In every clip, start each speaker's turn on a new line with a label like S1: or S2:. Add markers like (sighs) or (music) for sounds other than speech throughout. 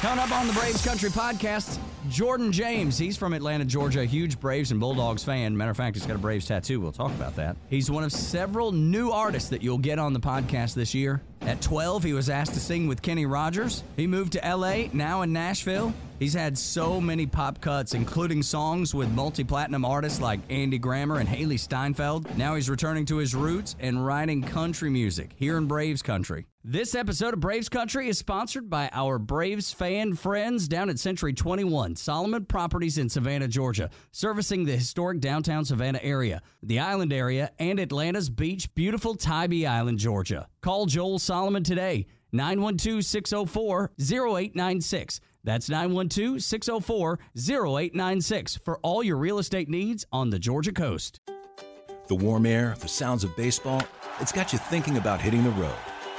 S1: Coming up on the Braves Country podcast, Jordan James. He's from Atlanta, Georgia, a huge Braves and Bulldogs fan. Matter of fact, he's got a Braves tattoo. We'll talk about that. He's one of several new artists that you'll get on the podcast this year. At 12, he was asked to sing with Kenny Rogers. He moved to LA, now in Nashville. He's had so many pop cuts, including songs with multi platinum artists like Andy Grammer and Haley Steinfeld. Now he's returning to his roots and writing country music here in Braves Country. This episode of Braves Country is sponsored by our Braves fan friends down at Century 21, Solomon Properties in Savannah, Georgia, servicing the historic downtown Savannah area, the island area, and Atlanta's beach, beautiful Tybee Island, Georgia. Call Joel Solomon today, 912 604 0896. That's 912 604 0896 for all your real estate needs on the Georgia coast.
S2: The warm air, the sounds of baseball, it's got you thinking about hitting the road.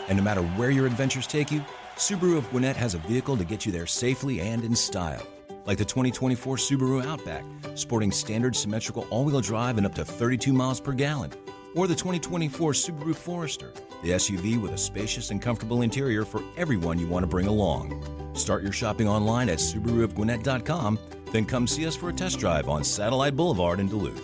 S2: And no matter where your adventures take you, Subaru of Gwinnett has a vehicle to get you there safely and in style. Like the 2024 Subaru Outback, sporting standard symmetrical all wheel drive and up to 32 miles per gallon. Or the 2024 Subaru Forester, the SUV with a spacious and comfortable interior for everyone you want to bring along. Start your shopping online at SubaruofGwinnett.com, then come see us for a test drive on Satellite Boulevard in Duluth.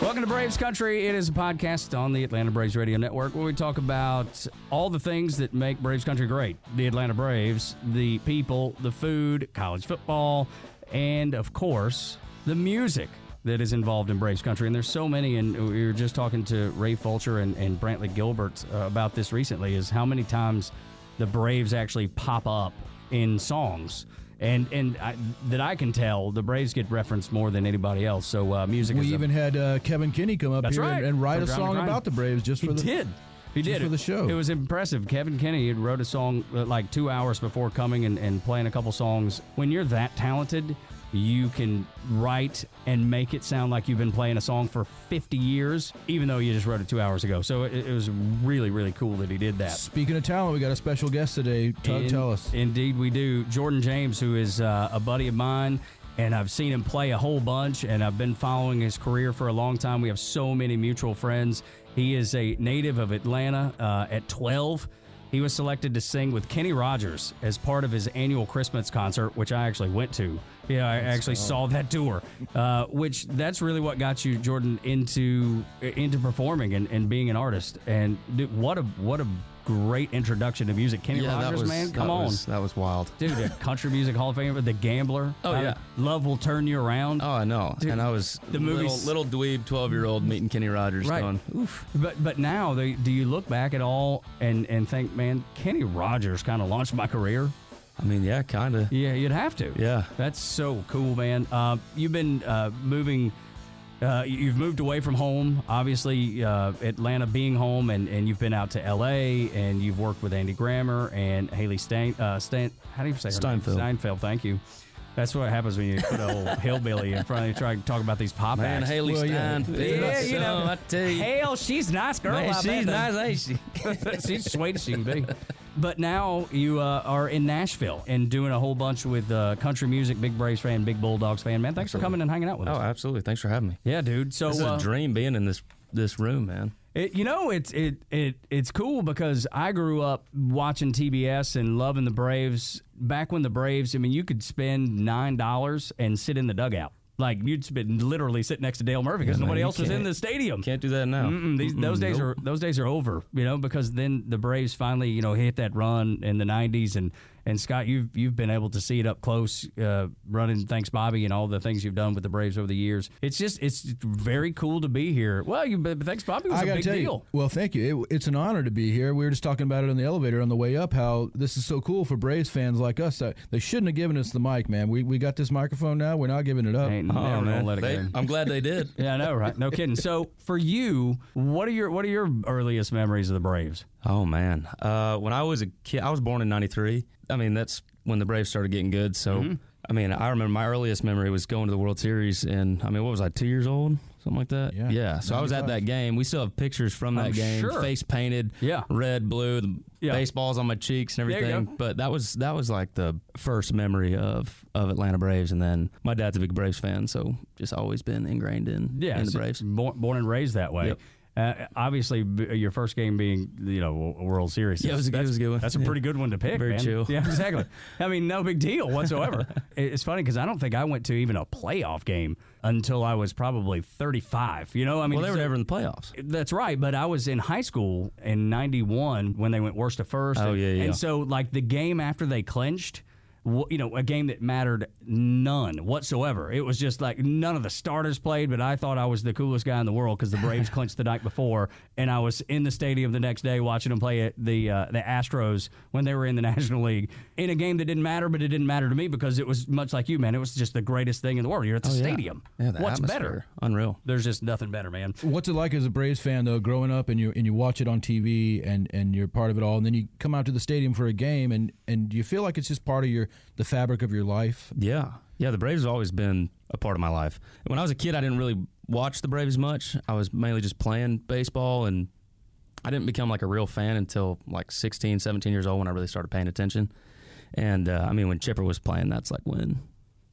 S1: Welcome to Braves Country. It is a podcast on the Atlanta Braves Radio Network where we talk about all the things that make Braves Country great the Atlanta Braves, the people, the food, college football, and of course, the music that is involved in Braves Country. And there's so many, and we were just talking to Ray Fulcher and, and Brantley Gilbert uh, about this recently is how many times the Braves actually pop up in songs. And and I, that I can tell, the Braves get referenced more than anybody else. So uh, music
S3: We
S1: is a-
S3: even had uh, Kevin Kinney come up
S1: That's
S3: here
S1: right.
S3: and, and write
S1: From
S3: a
S1: Ground to
S3: song
S1: Grind.
S3: about the Braves just
S1: He
S3: for the
S1: did. He
S3: just
S1: did
S3: for the show.
S1: It was impressive. Kevin Kenny had wrote a song uh, like two hours before coming and, and playing a couple songs. When you're that talented, you can write and make it sound like you've been playing a song for 50 years, even though you just wrote it two hours ago. So it, it was really, really cool that he did that.
S3: Speaking of talent, we got a special guest today. Tug,
S1: In-
S3: tell us.
S1: Indeed, we do. Jordan James, who is uh, a buddy of mine, and I've seen him play a whole bunch, and I've been following his career for a long time. We have so many mutual friends. He is a native of Atlanta. Uh, at 12, he was selected to sing with Kenny Rogers as part of his annual Christmas concert, which I actually went to. Yeah, I actually saw that tour, uh, which that's really what got you, Jordan, into into performing and, and being an artist. And dude, what a what a great introduction to music. Kenny
S4: Yeah,
S1: Rogers,
S4: that was,
S1: man,
S4: that
S1: come on.
S4: was- that was wild.
S1: Dude, the Country Music Hall of Famer, The Gambler.
S4: Oh,
S1: Uh,
S4: yeah.
S1: Love Will Turn You Around.
S4: Oh, I know.
S1: Dude,
S4: and I was
S1: the
S4: the
S1: movies-
S4: little, little dweeb, twelve year old meeting Kenny Rogers.
S1: Right.
S4: Going, oof.
S1: But but now, they, do you look back at all and, and think, man, Kenny Rogers kind of launched my career?
S4: I mean, yeah, kind of.
S1: Yeah, you'd have to.
S4: Yeah.
S1: That's so cool, man. Uh, you've been uh, moving. Uh, you've moved away from home, obviously uh, Atlanta being home, and, and you've been out to L.A. and you've worked with Andy Grammer and Haley Stein. Uh, Stein how do you say her name?
S4: Steinfeld.
S1: Steinfeld. Thank you. That's what happens when you put a
S4: (laughs)
S1: old hillbilly in front of you trying to talk about these pop
S4: Man,
S1: acts.
S4: Haley
S3: Well, yeah.
S4: Steinfeld.
S1: Yeah, you
S4: so
S1: know,
S4: I tell you,
S1: Hell, she's a nice girl.
S4: man,
S1: I bet,
S4: she's
S1: though.
S4: nice, ain't she? (laughs)
S1: she's sweet as she can be. But now you uh, are in Nashville and doing a whole bunch with uh, country music, big Braves fan, big Bulldogs fan. Man, thanks for coming and hanging out with
S4: Oh,
S1: us.
S4: absolutely. Thanks for having me.
S1: Yeah, dude. So
S4: Oh. This
S1: uh,
S4: is a dream being in this this room, man.
S1: it, you know, it's it it it's cool because I grew up watching TBS and loving the Braves. Back when the Braves, I mean, you could spend nine dollars and sit in the dugout. Like you'd spend literally sit next to Dale Murphy because
S4: Yeah, man,
S1: nobody
S4: you
S1: else was in
S4: can't-
S1: the stadium.
S4: Can't do that now.
S1: Mm-mm, these, those days are those days are over, you know, because then the Braves finally, you know, hit that run in the '90s, and and Scott, you've you've been able to see it up close, uh, running thanks Bobby and all the things you've done with the Braves over the years. It's just it's very cool to be here. Well, you but thanks Bobby was
S3: I
S1: a
S3: gotta
S1: big
S3: tell
S1: deal.
S3: you. Well, thank you. It, it's an honor to be here. We were just talking about it on the elevator on the way up. How this is so cool for Braves fans like us. Uh, They shouldn't have given us the mic, man. We we got this microphone now. We're not giving it up.
S1: Ain't never gonna let it
S4: Oh, They-
S1: go.
S3: (laughs)
S4: I'm glad
S1: (laughs)
S4: they did.
S1: Yeah, I know, right? No kidding. So for you, what are your what are your earliest memories of the Braves?
S4: Oh man, uh, when I was a kid, I was born in '93. I mean, that's when the Braves started getting good. So,
S1: Mm-hmm.
S4: I mean, I remember my earliest memory was going to the World Series, and I mean, what was I, two years old, something like that?
S3: Yeah.
S4: So I was at
S3: 95.
S4: that game. We still have pictures from that
S1: I'm
S4: game,
S1: sure.
S4: face painted,
S1: Yeah.
S4: red, blue, the
S1: Yeah.
S4: baseballs on my cheeks and
S1: There you
S4: everything.
S1: go.
S4: But that was that was like the first memory of of Atlanta Braves, and then my dad's a big Braves fan, so just always been ingrained in
S1: Yeah,
S4: in the
S1: so
S4: Braves.
S1: Born, born and raised that way.
S4: Yep.
S1: Uh, obviously, b- your first game being you know a World Series.
S4: Yeah, it was a- it
S1: that's-
S4: was a good one.
S1: That's a
S4: Yeah.
S1: pretty good one to pick.
S4: Very
S1: man.
S4: chill. (laughs)
S1: Yeah, exactly. I mean, no big deal whatsoever. It- it's funny because I don't think I went to even a playoff game until I was probably thirty-five. You know, I mean,
S4: Well, they were
S1: so-
S4: never in the playoffs.
S1: that's right, but I was in high school in '91 when they went worst to first.
S4: Oh,
S1: and,
S4: yeah, yeah.
S1: And so, like the game after they clinched, wh- you know, a game that mattered none whatsoever. It was just like none of the starters played, but I thought I was the coolest guy in the world because the
S4: (laughs)
S1: Braves clinched the night before, and I was in the stadium the next day watching them play at the uh, the Astros when they were in the (laughs) National League in a game that didn't matter, but it didn't matter to me because it was much like you, man. It was just the greatest thing in the world. You're at the stadium.
S4: Oh, Yeah, the
S1: What's
S4: atmosphere.
S1: better?
S4: Unreal.
S1: There's just nothing better, man.
S3: What's it like as a Braves fan though, growing up and you and you watch it on TV and, and you're part of it all, and then you come out to the stadium for a game and and do you feel like it's just part of your the fabric of your life?
S4: Yeah. Yeah, the Braves have always been a part of my life. When I was a kid, I didn't really watch the Braves much. I was mainly just playing baseball and I didn't become like a real fan until like 16, 17 years old when I really started paying attention. And uh, I mean, when Chipper was playing, that's like when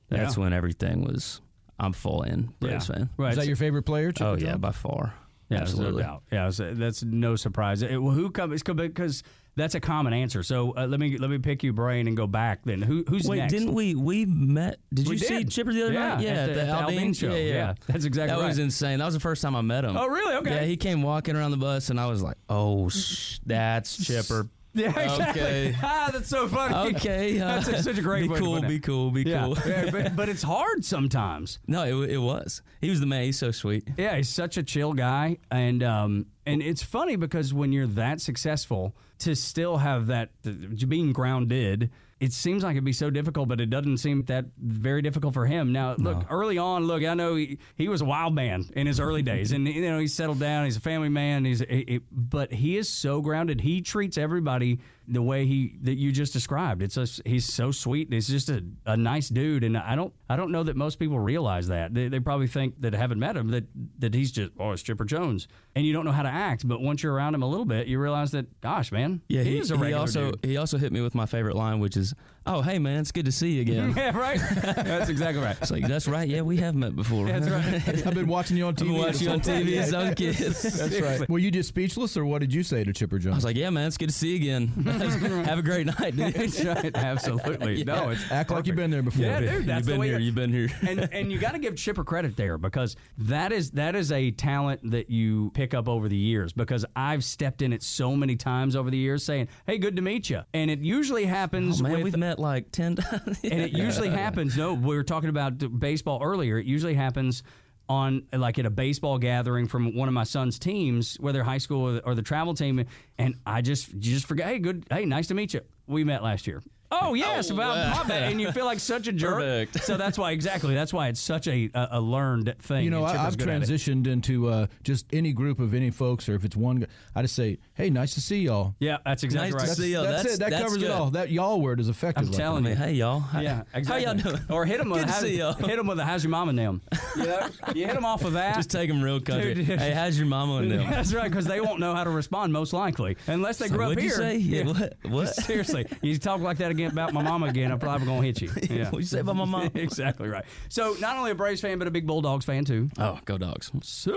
S4: that's
S1: Yeah.
S4: when everything was I'm full in Braves fan.
S1: Right.
S3: Is that your favorite player? Chipper
S4: Oh yeah,
S3: Jones?
S4: by far.
S1: Yeah, there's
S4: Absolutely.
S1: No doubt. Yeah, so that's no surprise. It- well, who comes? Because that's a common answer. So uh, let me let me pick your brain and go back. Then who who's
S4: Wait,
S1: next?
S4: didn't we we met? Did
S1: We
S4: you see
S1: did.
S4: Chipper the other
S1: Yeah,
S4: night?
S1: at the- at the Aldine show.
S4: Yeah, yeah.
S1: Yeah, that's exactly
S4: That was
S1: right.
S4: insane. That was the first time I met him.
S1: Oh, really? Okay.
S4: Yeah, he came walking around the bus, and I was like, "Oh, sh- that's
S1: (laughs)
S4: (laughs) Chipper."
S1: Yeah, exactly.
S4: Okay.
S1: (laughs) ah, that's so funny.
S4: Okay,
S1: (laughs)
S4: uh,
S1: that's such a great
S4: Be
S1: way to
S4: cool.
S1: put it.
S4: Be cool. Be
S1: Yeah,
S4: cool.
S1: yeah, but, but it's hard sometimes.
S4: (laughs) no, it, wa- it was. He was the man. He's so sweet.
S1: Yeah, he's such a chill guy, and um, and it's funny because when you're that successful, to still have that to being grounded, it seems like it'd be so difficult, but it doesn't seem that very difficult for him. Now, look, early on, look, I know he, he was a wild man in his early days, and (laughs) you know he's settled down, he's a family man, he's he- he- but he is so grounded. He treats everybody the way he that you just described. It's a, he's so sweet. and He's just a, a nice dude, and I don't I don't know that most people realize that. They, they probably think that haven't met him that that he's just oh it's Chipper Jones, and you don't know how to act. But once you're around him a little bit, you realize that gosh man,
S4: Yeah,
S1: he, is a regular
S4: also
S1: dude. (laughs)
S4: he also hit me with my favorite line, which is, "Oh, hey man, it's good to see
S1: (laughs)
S4: you again."
S1: Yeah, right. That's exactly right.
S4: it's like that's right. Yeah, we have met before.
S1: That's right. (laughs)
S3: I've been watching you on
S4: (laughs)
S3: TV.
S4: I've been watching (laughs) you on TV as a kid.
S3: That's right. Were you just speechless, or what did you say to Chipper Jones?
S4: I was like, "Yeah, man, it's good to see you again. (laughs) Have a great night, dude."
S1: That's right. Absolutely. No, it's
S3: Act like you've been there before.
S1: Yeah, dude, that's
S4: you've
S1: the
S4: been
S1: way
S4: here.
S1: it-
S4: You've been here.
S1: (laughs) and and you got to give Chipper credit there because that is that is a talent that you pick up over the years. Because I've stepped in it so many times over the years, saying, "Hey, good to meet you," and it usually happens
S4: (laughs) Oh, Man,
S1: with.
S4: we've met like ten (laughs) times.
S1: and it usually happens. No, we were talking about th- baseball earlier. It usually happens on like at a baseball gathering from one of my son's teams, whether high school or the, or the travel team, and I just you just forget. Hey, good. Hey, nice to meet you. We met last year. Oh yes, about my bad. and you feel like such a jerk.
S4: Perfect.
S1: So that's why exactly. That's why it's such a a, a learned thing.
S3: You know,
S1: and
S3: I,
S1: Chipper's
S3: I've
S1: good at it.
S3: transitioned into uh, just any group of any folks, or if it's one, guy, I just say, "Hey, nice to see y'all."
S1: Yeah, that's exactly
S4: Nice to
S1: right.
S4: see you. Yeah,
S3: that's,
S4: that's-
S3: it. That
S4: that's
S3: covers
S4: good.
S3: it all. That y'all word is effective.
S1: I'm
S3: like
S1: telling
S4: I mean, hey y'all. Hi-
S1: Yeah, exactly.
S4: (laughs) How y'all doing?
S1: Or hit him with
S4: Good
S1: a
S4: to
S1: how's,
S4: see y'all.
S1: hit him with a how's your mom and them. Yeah, you hit him off of that.
S4: Just take them real country.
S1: Dude, yeah.
S4: hey, how's your mama and
S1: (laughs)
S4: them?
S1: That's right, because they won't know how to respond most likely, unless they
S4: So
S1: grew up
S4: what'd you
S1: here.
S4: say? Yeah, what- what?
S1: (laughs) Seriously, you talk like that again about my mama again, I'm probably gonna
S4: (laughs)
S1: hit you. Yeah.
S4: What'd you say about my mom?
S1: (laughs) exactly right. So not only a Braves fan, but a big Bulldogs fan too.
S4: Oh, go dogs. It's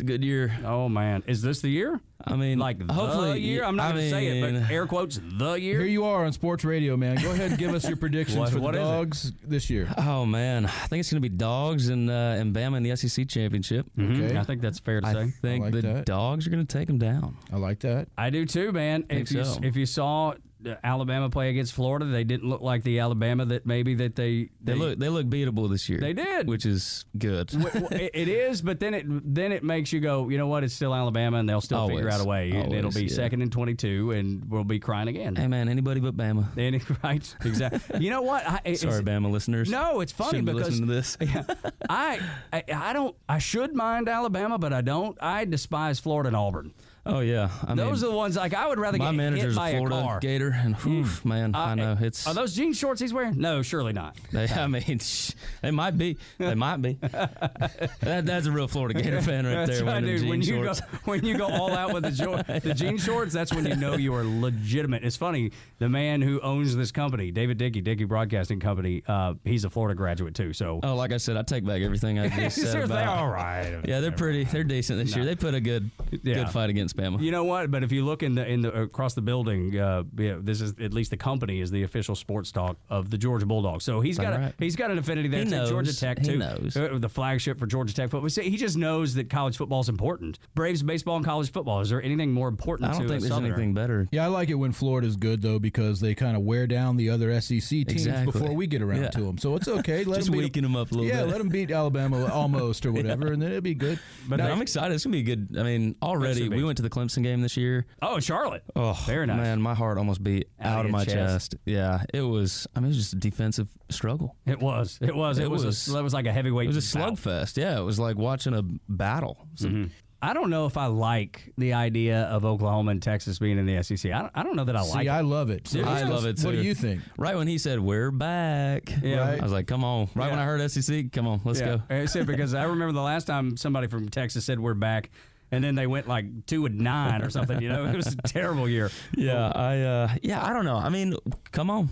S4: a good year.
S1: Oh man, is this the year?
S4: I mean,
S1: Like
S4: hopefully,
S1: the year? I'm not
S4: I
S1: gonna say it,
S4: mean,
S1: but air quotes
S4: (laughs)
S1: the
S3: Here
S1: year.
S3: you are on sports radio, man. Go ahead and give us your predictions
S1: What-
S3: for the
S1: what is it?
S3: dogs this year.
S4: Oh man, I think it's gonna be dogs and uh, and Bama in the SEC championship.
S3: Okay,
S1: Mm-hmm. I think that's fair to
S4: I
S1: say.
S4: think
S3: like
S4: the
S3: that.
S4: dogs are gonna take them down.
S3: I like that.
S1: I do too, man. If you
S4: so.
S1: if you saw uh, Alabama play against Florida, they didn't look like the Alabama that maybe that they
S4: They, look they look beatable this year.
S1: They did.
S4: which is good.
S1: Well, it it is, but then it then it makes you go. You know what? It's still Alabama, and they'll still figure
S4: Always.
S1: out a way. and it'll
S4: Always,
S1: be
S4: yeah.
S1: second and twenty-two, and we'll be crying again. (laughs)
S4: (laughs) hey man, anybody but Bama.
S1: Any- right? Exactly. you know what? I, it's-
S4: Sorry, Bama listeners.
S1: No, it's funny
S4: Shouldn't be
S1: because
S4: listening to
S1: (laughs)
S4: this.
S1: I, I I don't I should mind Alabama, but I don't. I despise Florida and Auburn.
S4: Oh yeah, I
S1: Those
S4: mean,
S1: are the ones like I would rather
S4: my
S1: get hit
S4: manager's
S1: by
S4: a
S1: a
S4: Florida
S1: car.
S4: Gator, and oof, man, I,
S1: Uh,
S4: know it's.
S1: Are those jean shorts he's wearing? No, surely not.
S4: They,
S1: (laughs)
S4: I mean, shh, they might be. They might be. that, that's a real Florida Gator fan right there.
S1: right,
S4: wearing them
S1: dude.
S4: jean
S1: when you
S4: shorts.
S1: go (laughs) when you go all out with the
S4: (laughs)
S1: jo- the jean shorts, that's when you know you are legitimate. It's funny. The man who owns this company, David Dickey, Dickey Broadcasting Company, uh, he's a Florida graduate too. So (laughs)
S4: Oh, like I said, I take back everything I just said
S1: seriously,
S4: about.
S1: all right.
S4: (laughs) Yeah, they're pretty. They're decent this year. They put a good,
S1: Yeah.
S4: good fight against Bama.
S1: You know what? But if you look in the in the across the building, uh, yeah, this is at least the company is the official sports talk of the Georgia Bulldogs. So he's got a,
S4: right.
S1: he's got an affinity there
S4: He
S1: to
S4: knows.
S1: Georgia Tech
S4: He
S1: too.
S4: knows.
S1: Uh, the flagship for Georgia Tech football. So he just knows that college football is important. Braves baseball and college football. Is there anything more important?
S4: I don't
S1: to
S4: think
S1: a
S4: there's
S1: Southerner?
S4: anything better.
S3: Yeah, I like it when Florida's good though because they kind of wear down the other SEC teams
S4: Exactly.
S3: before we get around
S4: Yeah.
S3: to them. So it's
S4: (laughs)
S3: okay. Let
S4: Just
S3: 'em beat
S4: weaken 'em up a little
S3: yeah,
S4: bit.
S3: let them beat Alabama almost
S4: (laughs)
S3: or whatever, and then it'll be good.
S4: But I'm excited. It's gonna be a good. I mean, already
S1: should be.
S4: we went to the Clemson game this year.
S1: Oh, Charlotte.
S4: Oh,
S1: very nice.
S4: Man, my heart almost beat
S1: Out
S4: out,
S1: of
S4: of
S1: your
S4: my
S1: chest.
S4: chest. Yeah, it was. I mean, it was just a defensive struggle.
S1: It was. It was. It,
S4: It
S1: was.
S4: was-
S1: a, that was like a heavyweight.
S4: It was a
S1: bout.
S4: slugfest. Yeah, it was like watching a battle. So-
S1: I don't know if I like the idea of Oklahoma and Texas being in the SEC. I don't, I don't know that I like.
S3: See,
S1: it.
S3: I love it. So
S4: I
S3: it's-
S4: love it too.
S3: What do you think?
S4: Right when he said we're back,
S1: Yeah.
S4: I was like, "Come on!" Right when
S1: Yeah.
S4: I heard SEC, "Come on, let's go."
S1: I said because I remember the last time somebody from Texas said we're back, and then they went like two and nine or something. You know, it was a terrible
S4: (laughs)
S1: year.
S4: Yeah, I uh, yeah, I don't know. I mean, come on.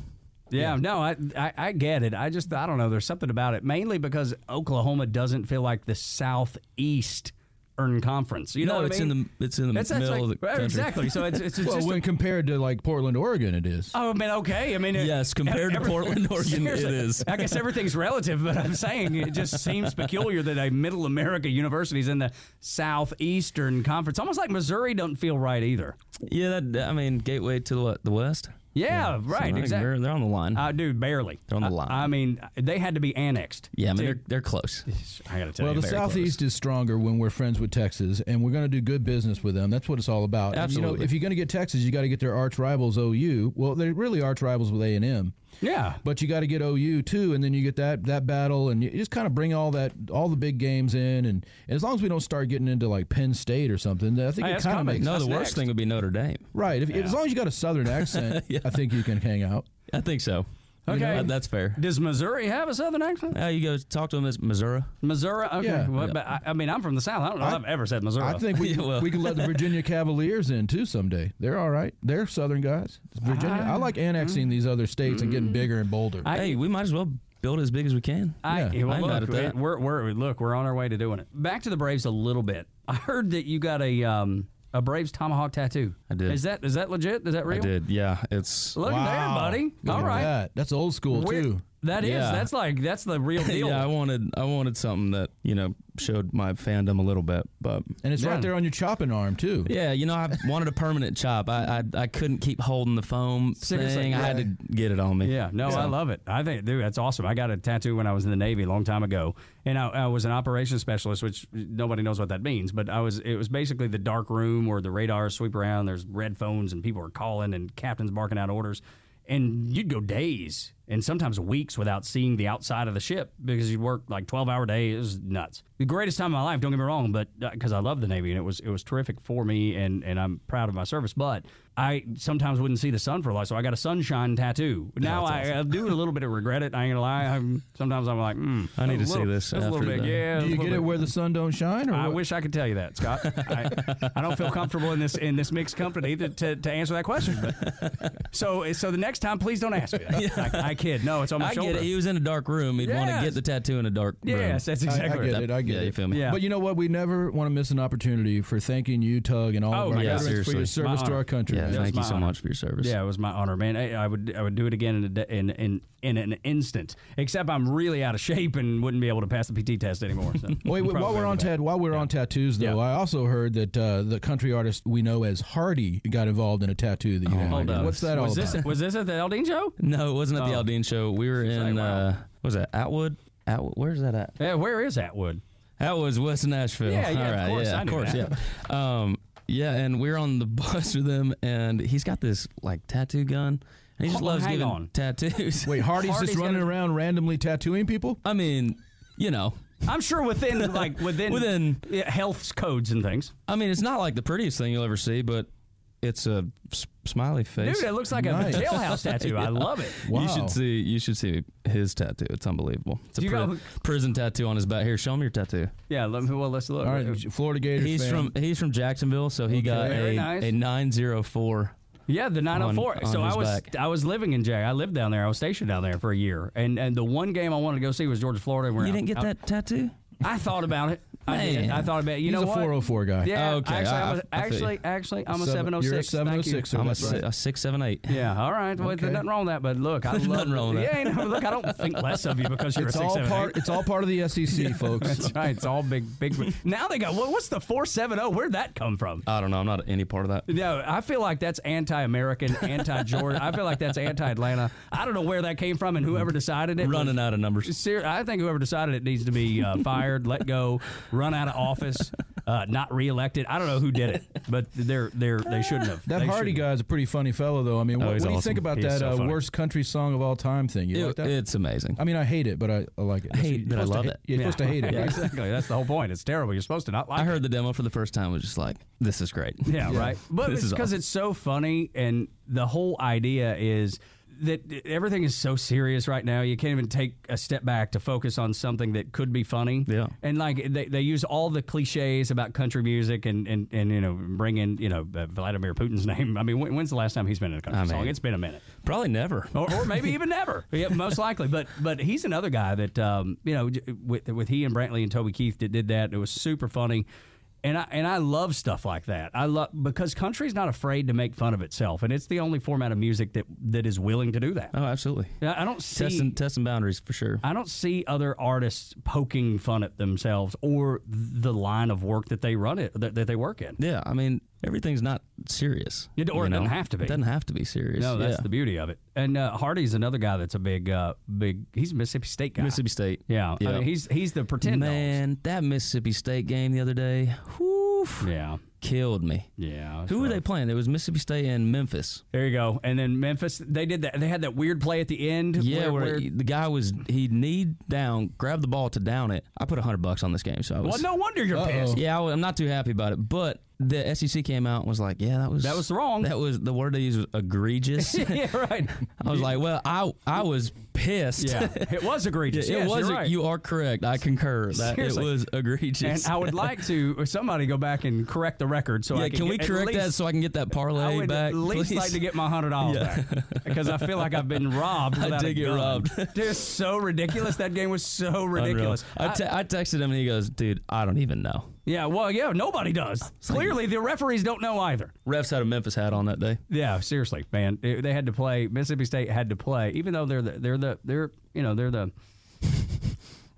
S1: Yeah, no, I, I I get it. I just I don't know. There's something about it, mainly because Oklahoma doesn't feel like the Southeast earn conference. You know,
S4: no,
S1: what I
S4: it's
S1: mean?
S4: in the it's in the
S1: That's, that's
S4: middle
S1: like,
S4: of the country.
S1: exactly. So it's
S4: (laughs)
S1: it's, it's
S3: Well,
S1: just.
S3: when
S1: a-
S3: compared to like Portland, Oregon, it is.
S1: Oh, I mean, okay. I mean, it-
S4: Yes, compared to
S1: every- (laughs)
S4: Portland, Oregon, it
S1: Seriously.
S4: is.
S1: I guess everything's relative, but I'm saying it
S4: (laughs)
S1: just seems peculiar that a Middle America university is in the Southeastern Conference. Almost like Missouri doesn't feel right either.
S4: Yeah, that, I mean, gateway to the what the west.
S1: Yeah,
S4: So I
S1: right.
S4: think
S1: exactly.
S4: They're, they're on the line.
S1: Uh, dude, barely.
S4: They're on the line.
S1: I, I mean, they had to be annexed.
S4: yeah, I mean,
S1: to-
S4: they're they're close.
S1: I gotta tell
S3: Well,
S1: you,
S3: the
S1: very
S3: Southeast is stronger when we're friends with Texas, and we're going to do good business with them. That's what it's all about. And, you know,
S4: Absolutely.
S3: if you're going to get Texas, you got to get their arch rivals OU. Well, they're really arch rivals with A and M.
S1: close. yeah.
S3: but you got to get OU too, and then you get that that battle, and you you just kind of bring all that all the big games in, and, and as long as we don't start getting into like Penn State or something, I think
S1: Hey,
S3: it
S1: that's
S3: kind
S1: Oh,
S3: of
S1: coming.
S3: makes
S4: No, the
S1: That's
S4: worst
S1: next.
S4: thing would be Notre Dame.
S3: right. If, As long as you got a Southern accent,
S1: (laughs)
S3: I think you can hang out.
S4: I think so.
S1: Okay.
S4: That- that's fair.
S1: Does Missouri have a Southern accent?
S4: Uh, you go talk to him as Missouri.
S1: Missouri? Okay.
S3: Yeah.
S1: Well, But I, I mean, I'm from the South. I don't know. I, have ever said Missouri.
S3: I
S1: (laughs)
S3: think we
S4: Yeah, well.
S3: we can let the Virginia Cavaliers in too someday. They're all right. They're Southern guys. Virginia.
S1: Ah.
S3: I, like annexing these other states
S1: Mm-hmm.
S3: and getting bigger and bolder.
S4: hey, we might as well build as big as we can.
S1: I,
S3: Yeah.
S1: well,
S4: I ain't mad
S1: look,
S4: at that.
S1: We're, we're, look, we're on our way to doing it. Back to the Braves a little bit. I heard that you got a um, a Braves tomahawk tattoo. I
S4: did.
S1: Is that is that legit? Is that real?
S4: I did. Yeah, it's
S1: Look there, buddy.
S3: Look
S1: All
S3: at
S1: right.
S3: that. that's old school
S1: We're-
S3: too.
S1: that is.
S4: Yeah.
S1: That's like that's the
S4: (laughs)
S1: real deal.
S4: yeah. I wanted I wanted something that you know showed my fandom a little bit, but
S3: And it's
S1: Yeah.
S3: right there on your chopping arm too.
S4: yeah, you know I wanted a permanent chop. I I, I couldn't keep holding the foam
S1: Seriously,
S4: thing. I had to get it on me.
S1: Yeah, no, I love it. I think, dude, that's awesome. I got a tattoo when I was in the Navy a long time ago, and I, I was an operations specialist, which nobody knows what that means. But I was, it was basically the dark room where the radars sweep around. There's red phones, and people are calling, and captains barking out orders, and you'd go days and sometimes weeks without seeing the outside of the ship because you'd work like 12 hour days. It was nuts. The greatest time of my life. Don't get me wrong, but because I love the Navy and it was it was terrific for me, and and I'm proud of my service, but. I sometimes wouldn't see the sun for a while, so I got a sunshine tattoo. Now I, I do a little bit of regret it. I ain't gonna lie. I'm, sometimes I'm like, mm,
S4: I need
S1: that's a
S4: to see
S1: little-
S4: this
S1: that's a little
S4: after
S1: bit,
S4: the-
S1: yeah.
S3: Do
S1: that's a
S3: you
S1: little
S3: get it
S1: bit.
S3: where the sun don't shine? Or
S1: I
S3: what?
S1: wish I could tell you that, Scott. I, I don't feel comfortable in this in this mixed company to, to, to answer that question. But- so so the next time, please don't ask me that. I, I kid. No, it's on my
S4: I
S1: shoulder.
S4: get it. He was in a dark room. He'd want to
S1: Yes.
S4: get the tattoo in a dark room.
S1: Yes, that's
S3: I-
S1: exactly.
S3: I,
S1: right.
S3: get it. I get
S4: Yeah,
S3: it.
S4: you feel me?
S1: Yeah.
S3: But you know what? We never want to miss an opportunity for thanking you, Tug, and all
S1: Oh,
S3: of our
S1: my God.
S3: veterans
S4: Yeah,
S3: for your
S4: seriously.
S3: service
S1: My
S3: to
S1: honor.
S3: our country.
S4: Yeah,
S3: man.
S1: That was
S4: thank you
S1: my
S4: so
S1: honor.
S4: much for your service.
S1: Yeah, it was my honor, man. I, I would I would do it again in, a, day- in in in an instant. Except I'm really out of shape and wouldn't be able to pass the PT test anymore. So
S3: (laughs) Wait, wait, while
S1: Probably
S3: we're on
S1: about-
S3: tat, while we're on tattoos, though,
S1: Yeah.
S3: I also heard that uh, the country artist we know as Hardy got involved in a tattoo that you had.
S1: Oh, Hold up.
S3: What's that all
S1: was this,
S3: about?
S1: Was this at the Eldine show?
S4: No, it wasn't at the Aldine show. We were in
S1: Oh. wow.
S4: uh, what was that Atwood? Atwood? Where's that at?
S1: Yeah, where is Atwood?
S4: That was West Nashville.
S1: Yeah, yeah, of
S4: All right,
S1: course,
S4: yeah,
S1: I
S4: of
S1: knew
S4: course,
S1: that.
S4: yeah. Um, yeah, and we're on the (laughs) bus with him, and he's got this like tattoo gun, and he just
S1: Hold on,
S4: loves
S1: hang
S4: giving
S1: on.
S4: tattoos. (laughs)
S3: Wait, Hardy's,
S1: Hardy's
S3: just running
S1: got a-
S3: around randomly tattooing people?
S4: I mean, you know,
S1: I'm sure within like within
S4: Within-
S1: yeah, health codes and things.
S4: I mean, it's not like the prettiest thing you'll ever see, but it's a s- smiley face.
S1: Dude, it looks like
S3: Nice.
S1: a jailhouse tattoo. I love it.
S3: Wow.
S4: You should see. You should see his tattoo. It's unbelievable. It's a
S1: You
S4: pri-
S1: got-
S4: prison tattoo on his back. Here, show him your tattoo.
S1: Yeah, let me, well, let's look.
S3: All right, Florida Gators.
S4: He's
S3: fan.
S4: from he's from Jacksonville, so he got
S1: Very
S4: a,
S1: nice.
S4: a nine zero four.
S1: Yeah, the 904.
S4: on
S1: so I
S4: his
S1: was
S4: back.
S1: I was living in Jack. I lived down there. I was stationed down there for a year. And and the one game I wanted to go see was Georgia Florida.
S4: You didn't get
S1: I,
S4: that tattoo?
S1: I thought about it. I did.
S4: Man.
S1: I thought about it. You
S3: He's
S1: know
S3: a
S1: what?
S3: 404 guy.
S1: Yeah.
S4: Okay,
S1: Actually,
S4: I-
S1: I, was,
S4: I feel you.
S1: actually, actually, I'm a
S3: Seven-
S1: 706.
S3: You're a
S1: Thank you.
S3: 706 -er.
S4: I'm a,
S3: That's
S4: si-
S3: right.
S4: a oh six seven eight.
S1: Yeah, all right. Well, there's
S3: Okay.
S1: nothing wrong with that, but look,
S4: (laughs)
S1: I love
S4: nothing wrong with
S1: yeah,
S4: that.
S1: ain't no- look, I don't think less of you because you're
S3: It's
S1: a six
S3: all
S1: seven
S3: part.
S1: eight.
S3: It's all part of the SEC, folks.
S1: (laughs) That's right. It's all big, big. Now they got what, what's the four seven zero? Where'd that come from?
S4: I don't know. I'm not any part of that.
S1: No, I feel like that's anti-American, anti-Jordan. I feel like that's anti-Atlanta. I don't know where that came from, and whoever decided it
S4: Running out of numbers.
S1: Ser- I think whoever decided it needs to be uh, fired, let go, run out of office, uh, not reelected. I don't know who did it, but they're they're they shouldn't have.
S3: That
S1: They
S3: Hardy
S1: shouldn't.
S3: guy's a pretty funny fellow, though. I mean,
S1: Oh,
S3: what,
S4: he's
S3: what do you
S4: awesome.
S3: think about
S1: He is
S3: that
S1: so
S3: uh,
S1: funny.
S3: worst country song of all time thing? You
S4: It-
S3: like that?
S4: it's amazing.
S3: I mean, I hate it, but I, I like it.
S4: I hate
S3: You're
S4: that I
S3: supposed to
S4: love
S3: ha-
S4: it.
S3: You're supposed to hate
S1: (laughs)
S3: it.
S1: Yeah,
S3: right?
S1: exactly. That's the whole point. It's terrible. You're supposed to not like.
S4: I heard the demo for the first time. Was just like, this is great.
S1: (laughs) Yeah, right. But
S4: This
S1: it's
S4: is
S1: because
S4: awesome.
S1: it's so funny, and the whole idea is that everything is so serious right now. You can't even take a step back to focus on something that could be funny.
S4: Yeah.
S1: and like they, they use all the cliches about country music, and and, and you know bring in you know uh, Vladimir Putin's (laughs) name. I mean, when, when's the last time he's been in a country
S4: I mean-
S1: song? It's been a minute
S4: (laughs) Probably never.
S1: or, or maybe even never. (laughs) Yeah, most likely. But but he's another guy that um, you know j- with with he and Brantley and Toby Keith that did that. It was super funny. And I, and I love stuff like that. I love because country's not afraid to make fun of itself, and it's the only format of music that, that is willing to do that.
S4: Oh, absolutely.
S1: I I don't see
S4: Testing testing boundaries for sure.
S1: I don't see other artists poking fun at themselves or the line of work that they run it that, that they work in.
S4: Yeah, I mean everything's not serious.
S1: It- or
S4: you
S1: it doesn't have to be.
S4: It doesn't have to be serious.
S1: No, that's
S4: Yeah.
S1: the beauty of it. And uh, Hardy's another guy that's a big uh, big. He's a Mississippi State guy.
S4: Mississippi State.
S1: Yeah, I
S4: Yeah.
S1: mean, he's he's the pretend dogs.
S4: Man, that Mississippi State game the other day, whoo,
S1: Yeah,
S4: killed me.
S1: yeah. that's
S4: Who were
S1: right.
S4: they playing? It was Mississippi State and Memphis.
S1: There you go. And then Memphis, they did that. They had that weird play at the end.
S4: Yeah,
S1: where,
S4: where,
S1: where-
S4: the guy was he knee down, grabbed the ball to down it. I put hundred bucks on this game, so I was.
S1: well, no wonder you're
S4: (laughs)
S1: pissed.
S4: Yeah, I was, I'm not too happy about it, but the SEC came out and was like, "Yeah, that was
S1: That was wrong.
S4: That was the word they used was egregious."
S1: (laughs) yeah, right.
S4: I was like, "Well, I I was pissed." (laughs)
S1: Yeah, it was egregious.
S4: it
S1: Yes,
S4: was.
S1: You're right.
S4: You are correct. I concur. That it
S1: Seriously.
S4: was
S1: and
S4: egregious.
S1: I would like to somebody go back and correct the record. So
S4: (laughs) yeah,
S1: I
S4: can, we
S1: get- at
S4: correct that
S1: least-
S4: so I can get that
S1: I
S4: parlay
S1: would
S4: back?
S1: at least
S4: please?
S1: like to get my hundred dollars back because I feel like I've
S4: (laughs)
S1: been robbed. Without a
S4: did get
S1: gun. (laughs)
S4: robbed.
S1: Just so ridiculous. That game was so ridiculous.
S4: (laughs) (laughs) Unreal. I, te- I texted him and he goes, "Dude, I don't even know."
S1: yeah, well, yeah, nobody does. Clearly, the referees don't know either.
S4: Refs had a Memphis hat on that day.
S1: Yeah, seriously, man. They they had to play. Mississippi State had to play, even though they're the, they're the they're you know they're the (laughs)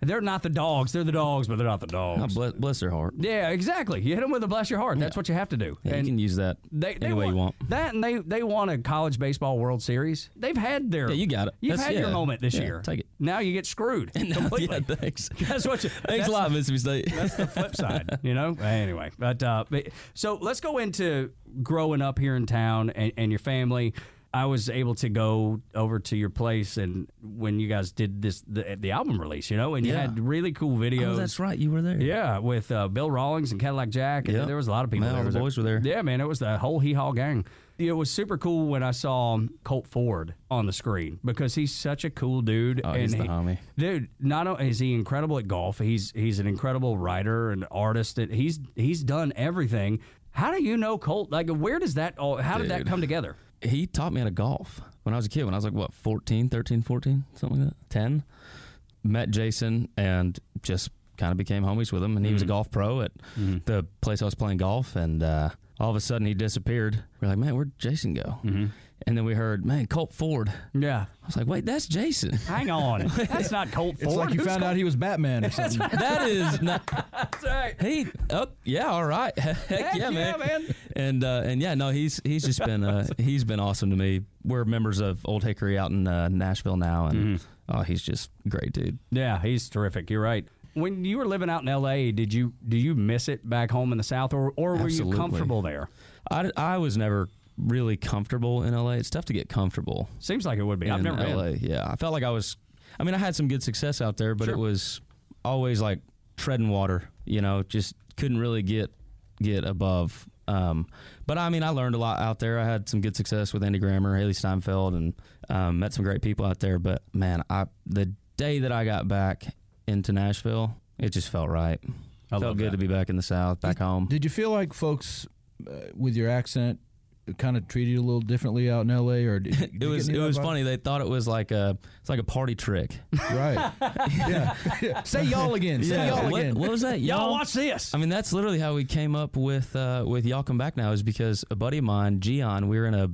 S1: they're not the dogs. They're the dogs, but they're not the
S4: Oh,
S1: dogs.
S4: bless, bless their heart.
S1: yeah, exactly. You hit them with a bless your heart. That's what you have to do.
S4: Yeah, you
S1: and
S4: can use that
S1: they, they
S4: any way
S1: won,
S4: you want.
S1: That and they they won a college baseball World Series. They've had their
S4: Yeah, you got it.
S1: You've
S4: That's-
S1: had your
S4: yeah.
S1: moment this
S4: Yeah,
S1: year.
S4: take it.
S1: Now you get
S4: (laughs)
S1: screwed completely.
S4: (laughs) yeah, thanks.
S1: (laughs) That's what you.
S4: Thanks
S1: that's
S4: a lot, Mississippi State.
S1: that's the flip side, you know. Anyway, but uh, but- so let's go into growing up here in town and, and your family. I was able to go over to your place, and when you guys did this the, the album release, you know, and you
S4: Yeah.
S1: had really cool videos.
S4: oh, that's right. You were there.
S1: Yeah, with uh, Bill Rawlings and Cadillac Jack, and
S4: Yep.
S1: there was a lot of people.
S4: Man, all
S1: there.
S4: the
S1: It was
S4: boys were there.
S1: Yeah, man, it was the whole hee haw gang. It was super cool when I saw Colt Ford on the screen because he's such a cool dude.
S4: Oh, he's
S1: and
S4: the
S1: he-
S4: homie.
S1: dude. Not only is he incredible at golf, he's he's an incredible writer and artist. That he's he's done everything. How do you know Colt? Like, where does that all? How did that
S4: Dude.
S1: come together?
S4: He taught me how to golf when I was a kid, when I was like, what, 14, 13, 14, something like that, 10. Met Jason and just kind of became homies with him. And he was a golf pro at the place I was playing golf. And uh, all of a sudden he disappeared. We're like, man, where'd Jason go? And then we heard, man, Colt Ford.
S1: Yeah,
S4: I was like, wait, that's Jason. (laughs)
S1: hang on, that's not Colt Ford.
S3: It's like you
S1: Who's
S3: found
S1: Colt-
S3: out he
S1: (laughs)
S3: was Batman or something.
S4: that is not.
S1: That's right.
S4: Hey, oh yeah, all right. (laughs) Heck, yeah,
S1: yeah,
S4: man.
S1: man.
S4: And uh, and yeah, no, he's he's just been uh, he's been awesome to me. We're members of Old Hickory out in uh, Nashville now, and oh, he's just great, dude.
S1: Yeah, he's terrific. You're right. When you were living out in L.A., did you do you miss it back home in the South, or or were
S4: Absolutely.
S1: you comfortable there?
S4: I, I was never really comfortable in LA. It's tough to get comfortable
S1: Seems like it would be. I've
S4: in
S1: never
S4: LA.
S1: been.
S4: Yeah, I felt like I was. I mean, I had some good success out there, but it was always like treading water. You know, just couldn't really get get above. Um, but I mean, I learned a lot out there. I had some good success with Andy Grammer, Haley Steinfeld, and um, met some great people out there. But man, I the day that I got back into Nashville, it just felt right.
S1: I
S4: felt
S1: love that.
S4: good to be back in the South, back home.
S3: Did you feel like folks uh, with your accent kind of treated you a little differently out in L.A. or did, did
S4: it
S3: you
S4: was
S3: get
S4: it
S3: any
S4: was
S3: of that
S4: funny. They thought it was like a it's like a party trick.
S3: vibe? right?
S4: (laughs)
S3: yeah. (laughs) Say y'all again. Say y'all
S4: what,
S3: again.
S4: what was that?
S1: Y'all watch this.
S4: I mean, that's literally how we came up with uh, with y'all come back now is because a buddy of mine, Gian, we were in a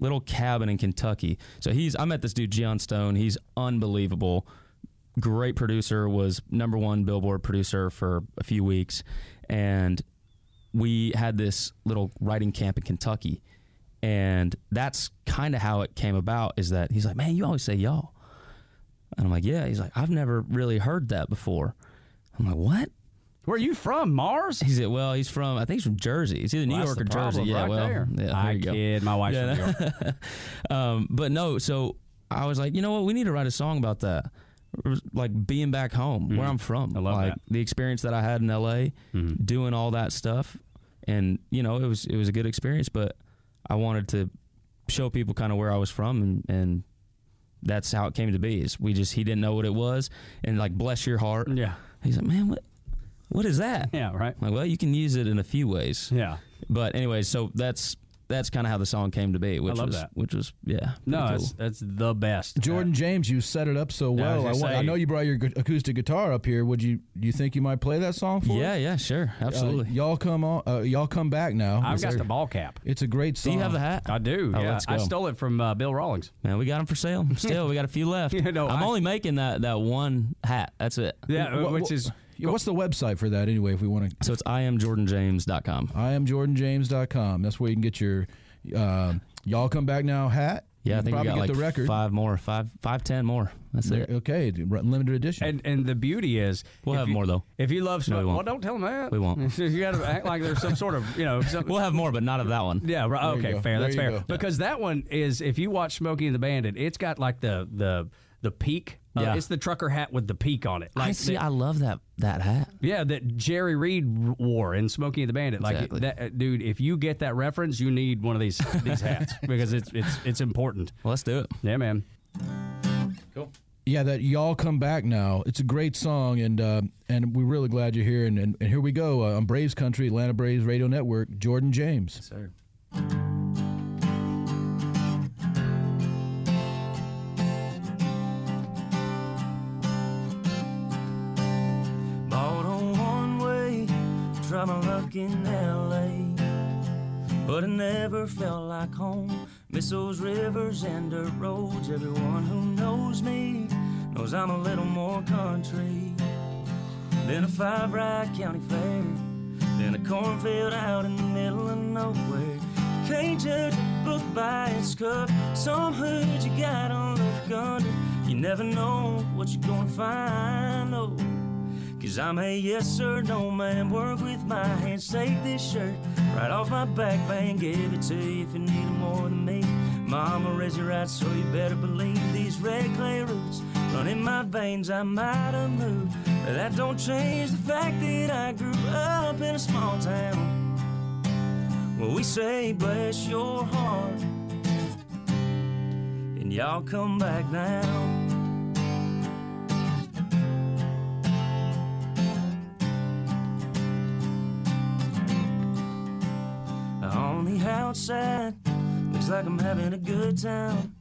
S4: little cabin in Kentucky. So he's I met this dude Gian Stone. He's unbelievable. Great producer was number one Billboard producer for a few weeks, and we had this little writing camp in Kentucky, and that's kind of how it came about. Is that he's like, man, you always say y'all, and I'm like, yeah. He's like, I've never really heard that before. I'm like, what?
S1: Where are you from? Mars?
S4: He's well, he's from I think he's from Jersey. He's either New
S1: Well, that's
S4: York
S1: the
S4: or
S1: problem
S4: Jersey. Yeah,
S1: right
S4: well,
S1: there.
S4: yeah, there
S1: I
S4: you go.
S1: kid. My wife's from New York.
S4: Um, but no, so I was like, you know what, we need to write a song about that, It was like being back home, where I'm from.
S1: Mm-hmm. I love
S4: like
S1: that. Mm-hmm.
S4: the experience that I had in L.A. doing all that stuff, and you know, it was it was a good experience, but I wanted to show people kind of where I was from and. and that's how it came to be. Is we just he didn't know what it was, and like bless your heart.
S1: Yeah.
S4: he's like, man, what, what is that?
S1: Yeah, right.
S4: I'm like, well, you can use it in a few ways.
S1: Yeah.
S4: But anyway, so that's that's kind of how the song came to be, which
S1: love
S4: was
S1: that.
S4: which was yeah. pretty
S1: No,
S4: cool.
S1: that's, that's the best. Uh,
S3: Jordan James, you set it up so
S1: I was
S3: well. I,
S1: gonna
S3: wa- I
S1: say-
S3: know you brought your gu- acoustic guitar up here. Would you? Do you think you might play that song for?
S4: yeah,
S3: us?
S4: yeah, sure,
S3: Uh,
S4: absolutely.
S3: y'all come on. Uh, y'all come back now.
S1: I've
S3: It's-
S1: got the ball cap.
S3: It's a great song.
S4: Do you have the hat?
S1: I do.
S4: Oh,
S1: yeah.
S4: let's
S1: I
S4: go.
S1: stole it from uh, Bill Rawlings.
S4: Man, we got them for sale. Still, we got a few left.
S1: Yeah, no,
S4: I'm
S1: I-
S4: only making that that one hat. That's it.
S1: Yeah,
S3: Wha-
S1: which
S3: wha-
S1: is
S3: Yeah, What's the website for that anyway? If we want to,
S4: So it's iamjordanjames.com.
S3: I am jordanjames.com. That's where you can get your uh, y'all come back now hat.
S4: Yeah,
S3: you
S4: I think we
S3: probably
S4: got
S3: get
S4: like
S3: the record.
S4: five more, five five ten more. That's
S3: There-
S4: it.
S3: Okay, d- r- limited edition.
S1: and and the beauty is
S4: We'll
S1: if
S4: have
S1: you-
S4: more, though.
S1: If you love smoke,
S4: won't.
S1: well, don't tell them that.
S4: We
S1: (laughs)
S4: won't.
S1: you got to act like there's some sort of you know. Some,
S4: We'll have more, but not of that one.
S1: yeah, right.
S3: you
S1: Okay,
S3: go.
S1: fair.
S3: There
S1: That's
S3: you
S1: fair.
S3: go.
S1: Because that one is if you watch Smokey and the Bandit, it's got like the the the peak. Uh,
S4: Yeah.
S1: It's the trucker hat with the peak on it. Like
S4: I see.
S1: that-
S4: I love that that hat.
S1: yeah, that Jerry Reed wore in Smokey and the Bandit. Like
S4: Exactly.
S1: that, uh, dude. If you get that reference, you need one of these these
S3: (laughs)
S1: hats because it's it's it's important.
S4: Well, let's do it.
S1: Yeah, man.
S3: yeah, that y'all come back now. It's a great song, and uh, and we're really glad you're here. And and, and here we go uh, on Braves Country, Atlanta Braves Radio Network. Jordan James.
S4: Sir.
S5: Bought a one way, tried my luck in LA. But it never felt like home. Miss those rivers and dirt roads. Everyone who knows me knows I'm a little more country than a five ride county fair, than a cornfield out in the middle of nowhere. Can't judge a book by its cover. Some hoods you gotta look under. You never know what you're gonna find. Oh. Cause I'm a yes sir, no man. Work with my hands, take this shirt right off my back, bang, give it to you if you need it more than me. Mama raised you right, so you better believe these red clay roots run in my veins. I might have moved, but that don't change the fact that I grew up in a small town. Well, we say, bless your heart, and y'all come back now. On the outside, looks like I'm having a good time.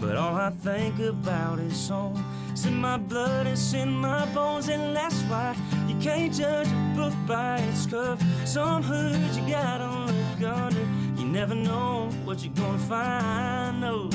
S5: But all I think about is home. It's in my blood, it's in my bones, and that's why you can't judge a book by its cover. Some hoods you gotta look under. You never know what you're gonna find. No.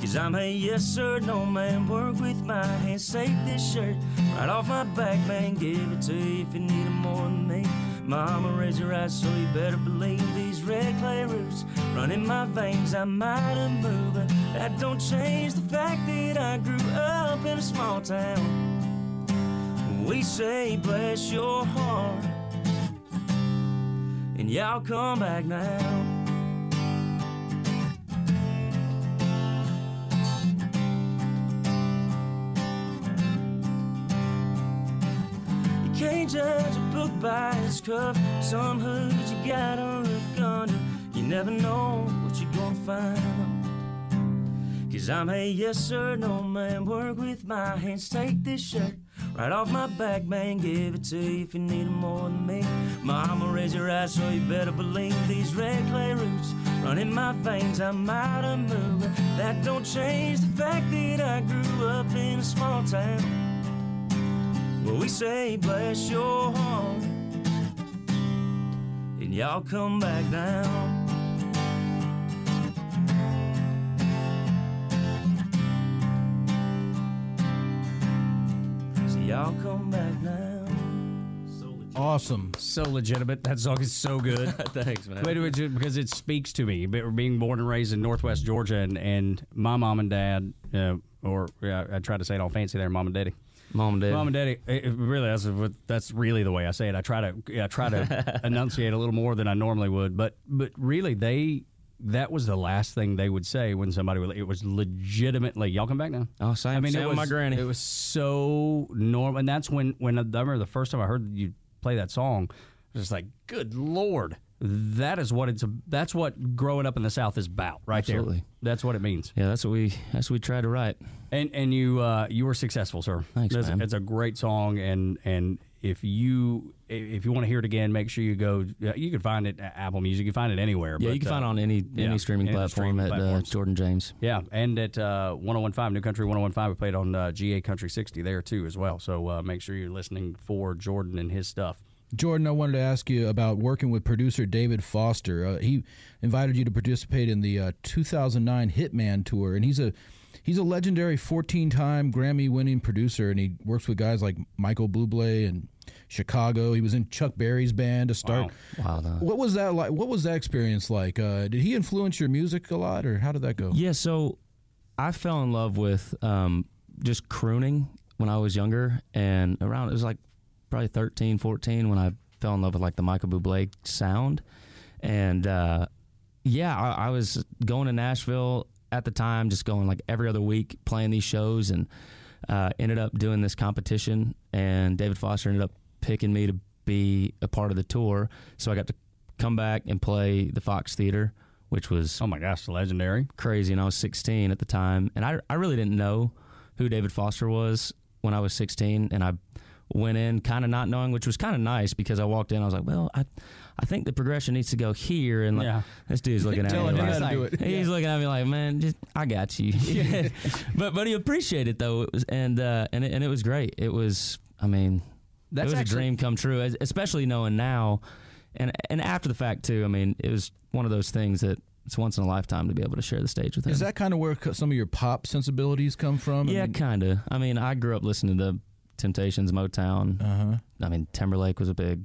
S5: Cause I'm a yes sir, no man. Work with my hands, take this shirt right off my back, man. Give it to you if you need it more than me. Mama raised your eyes, so you better believe these red clay roots run in my veins. I might have moved, but that don't change the fact that I grew up in a small town. We say, bless your heart, and y'all come back now.
S6: judge a book by its cover. Some hoods you gotta look under. You never know what you're gonna find. Cause I'm a yes sir, no man. Work with my hands. Take this shirt right off my back, man. Give it to you if you need it more than me. Mama raised your eyes, so you better believe these red clay roots run in my veins. I might have moved, but that don't change the fact that I grew up in a small town. Well, we say, bless your heart, and y'all come back down. So y'all come back down.
S3: Awesome.
S1: So legitimate. That song is so
S3: (laughs)
S1: good.
S4: (laughs) Thanks, man.
S1: Wait, wait, just because it speaks to me. But Being born and raised in Northwest Georgia, and, and my mom and dad, uh, or yeah, I try to say it all fancy there, mom and daddy.
S4: Mom and Dad.
S1: Mom and daddy, it, it really that's what- that's really the way I say it. I try to I try to
S4: (laughs)
S1: enunciate a little more than I normally would, but but really they that was the last thing they would say when somebody would. It was legitimately y'all come back now.
S4: Oh, same-
S1: I mean,
S4: same
S1: it
S4: with
S1: was
S4: my granny.
S1: It was so normal, and that's when when I remember the first time I heard you play that song. I was just like, good lord, that is what it's. That's what growing up in the South is about, right
S4: Absolutely.
S1: there. That's what it means.
S4: yeah, that's what we that's what we tried to write.
S1: And and you uh, you were successful, sir.
S4: Thanks,
S1: That's-
S4: man.
S1: It's a great song, and and if you if you want to hear it again, make sure you go. uh, You can find it at Apple Music. You can find it anywhere.
S4: Yeah,
S1: but,
S4: you can
S1: uh,
S4: find it on any
S1: yeah,
S4: any streaming
S1: any
S4: platform
S1: streaming
S4: at uh,
S1: platforms.
S4: Jordan James.
S1: Yeah, and at uh, 1015, New Country 1015, we played on uh, GA Country 60 there too as well. So uh, make sure you're listening for Jordan and his stuff.
S3: Jordan, I wanted to ask you about working with producer David Foster. Uh, he invited you to participate in the uh, 2009 Hitman tour, and he's a he's a legendary 14-time Grammy-winning producer, and he works with guys like Michael Bublé and Chicago. He was in Chuck Berry's band to start.
S4: Wow. that-
S3: What was that like? What was that experience like? Uh, did he influence your music a lot, or how did that go?
S4: Yeah, so I fell in love with um, just crooning when I was younger and around it was like probably 13, 14 when I fell in love with like the Michael Bublé sound. And uh, yeah, I, I was going to Nashville at the time, just going like every other week playing these shows and uh, ended up doing this competition and David Foster ended up picking me to be a part of the tour. So I got to come back and play the Fox Theater, which was
S1: Oh my gosh, legendary.
S4: crazy and I was 16 at the time and I, I really didn't know who David Foster was when I was 16 and I went in kind of not knowing which was kind of nice because I walked in I was like well I I think the progression needs to go here and like,
S1: Yeah.
S4: this dude's looking at me
S1: Telling him
S4: like,
S1: how to do it.
S4: he's looking at me like man just I
S3: (laughs)
S4: got you (laughs) but but he appreciated it though it was and uh and it, and it was great it was I mean
S1: That's
S4: it was
S1: actually-
S4: a dream come true es- especially knowing now and and after the fact too I mean it was one of those things that it's once in a lifetime to be able to share the stage with him.
S3: Is that kind of where co- some of your pop sensibilities come from? I
S4: Yeah,
S3: mean,
S4: kind of. I mean, I grew up listening to the Temptations, Motown.
S3: uh-huh.
S4: I mean, Timberlake was a big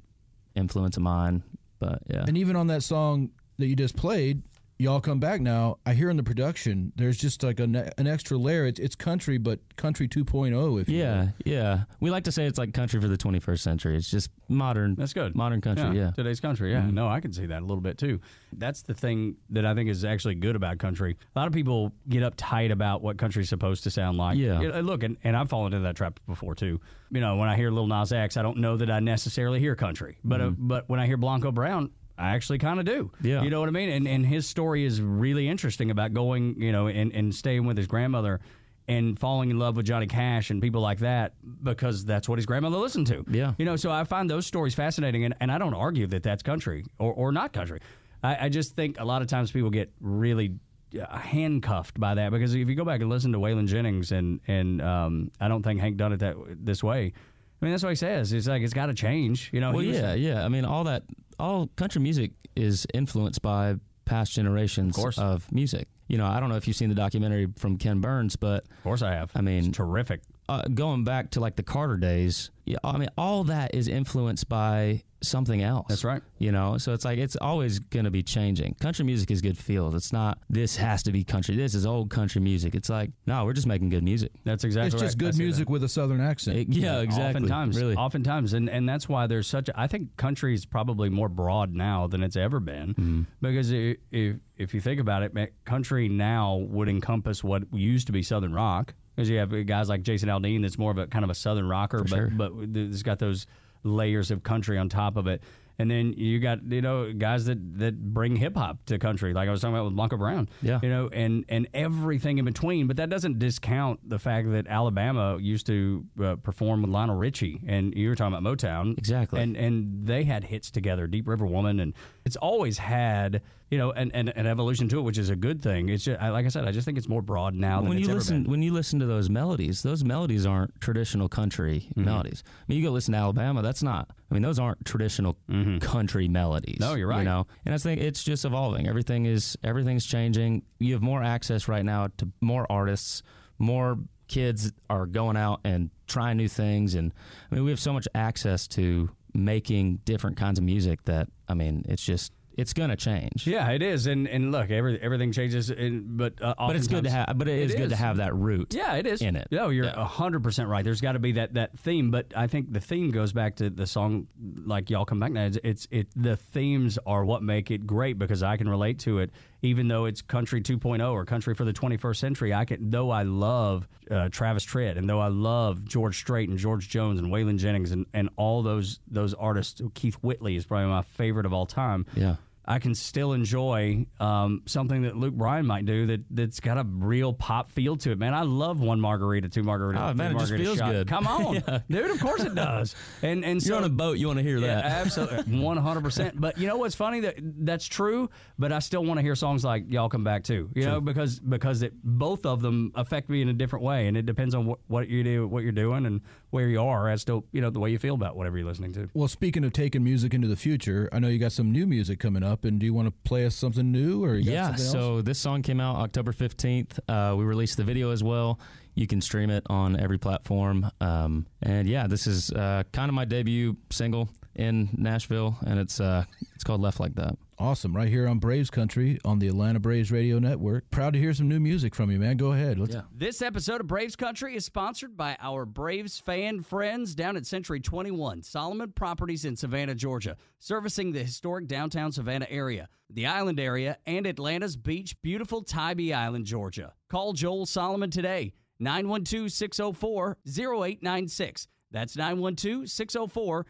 S4: influence of mine. But yeah,
S3: And even on that song that you just played, y'all come back now. I hear in the production there's just like an, e, an extra layer. It's, it's country, but country 2.0. If you
S4: yeah,
S3: will.
S4: yeah. We like to say it's like country for the 21st century. It's just modern.
S1: That's good.
S4: Modern country. Yeah. Mm-hmm.
S1: Today's country, yeah. No, I can see that a little bit too. That's the thing that I think is actually good about country. A lot of people get uptight about what country's supposed to sound like.
S4: Yeah.
S1: You know, Look, and, and I've fallen into that trap before too. You know, when I hear Lil Nas X, I don't know that I necessarily hear country, but uh, but when I hear Blanco Brown. I actually kind of do.
S4: Mm-hmm. Yeah.
S1: You know what I mean? And and his story is really interesting about going, you know, and, and staying with his grandmother and falling in love with Johnny Cash and people like that because that's what his grandmother listened to.
S4: Yeah.
S1: You know, so I find those stories fascinating, and, and I don't argue that that's country or, or not country. I, I just think a lot of times people get really uh, handcuffed by that because if you go back and listen to Waylon Jennings, and and um, I don't think Hank done it that this way. I mean, that's what he says. It's like it's got to change. You know.
S4: Well,
S1: he was-
S4: yeah, yeah. I mean, all that, all country music is influenced by past generations of,
S1: course.
S4: music. You know, I don't know if you've seen the documentary from Ken Burns, but
S1: Of course, I have.
S4: I mean-
S1: It's terrific.
S4: uh, going back to like the Carter days, yeah, I mean, all that is influenced by something else.
S1: That's right.
S4: You know, so it's like it's always going to be changing. Country music is good feels. It's not this has to be country. This is old country music. It's like no, we're just making good music.
S1: That's exactly.
S3: It's
S1: right.
S3: just
S1: I
S3: good
S1: see that.
S3: music with a southern accent.
S4: It- yeah, exactly.
S1: Oftentimes,
S4: really.
S1: oftentimes, and and that's why there's such. I think country is probably more broad now than it's ever been,
S4: Mm-hmm.
S1: because i if if you think about it, man, country now would encompass what used to be southern rock, because you have guys like Jason Aldean that's more of a kind of a southern rocker, but
S4: sure.
S1: but it's got those layers of country on top of it. And then you got you know guys that that bring hip hop to country, like I was talking about with Blanca Brown.
S4: Yeah.
S1: you know, and and everything in between. But that doesn't discount the fact that Alabama used to uh, perform with Lionel Richie, and you were talking about Motown,
S4: Exactly.
S1: And and they had hits together, Deep River Woman, and it's always had you know an, an, an evolution to it, which is a good thing. It's just, I, like I said, I just think it's more broad now than
S4: when
S1: it's
S4: you
S1: ever
S4: listen
S1: been.
S4: when you listen to those melodies those melodies aren't traditional country
S1: Mm-hmm.
S4: melodies i mean you go listen to alabama that's not i mean those aren't traditional country melodies
S1: Mm-hmm. No, you're right.
S4: you know and i think it's just evolving everything is everything's changing you have more access right now to more artists more kids are going out and trying new things and i mean we have so much access to making different kinds of music that i mean it's just it's going to change
S1: Yeah, it is, and and look, every, everything changes, and but uh,
S4: but it's good to
S1: oftentimes-
S4: have but it is, good to
S1: is.
S4: have that root
S1: Yeah, it is
S4: in it.
S1: No, you're
S4: Yeah.
S1: hundred percent right. There's got to be that that theme, but I think the theme goes back to the song, like y'all come back now. It's, it's it the themes are what make it great because I can relate to it, even though it's country 2.0 or country for the 21st century. I can though I love uh, Travis Tritt and though I love George Strait and George Jones and Waylon Jennings and and all those those artists. Keith Whitley is probably my favorite of all time.
S4: Yeah.
S1: I can still enjoy um, something that Luke Bryan might do that that's got a real pop feel to it, man. I love one margarita, two margarita,
S4: Oh,
S1: three
S4: man, it just
S1: margarita
S4: feels
S1: shot.
S4: good.
S1: Come
S4: (laughs)
S1: on, dude. Of course it does. And and so
S4: you're on a boat you want to hear that (laughs)
S1: absolutely, one hundred percent. But you know what's funny? That that's true. But I still want to hear songs like "Y'all Come Back Too." You know, because because it, both of them affect me in a different way, and it depends on what, what you do, what you're doing, and where you are as to you know the way you feel about whatever you're listening to.
S3: Well, speaking of taking music into the future, I know you got some new music coming up, and do you want to play us something new or you got
S4: yeah
S3: something else?
S4: so this song came out october 15th uh, we released the video as well you can stream it on every platform um, and yeah this is uh, kind of my debut single in nashville and it's uh, it's called left like that
S3: awesome right here on Braves Country on the Atlanta Braves Radio Network. Proud to hear some new music from you, man. Go ahead. Let's
S4: Yeah.
S1: This episode of Braves Country is sponsored by our Braves fan friends down at Century 21, Solomon Properties in Savannah, Georgia, servicing the historic downtown Savannah area, the island area, and Atlanta's beach, beautiful Tybee Island, Georgia. Call Joel Solomon today, 912 604 0896. That's 912 604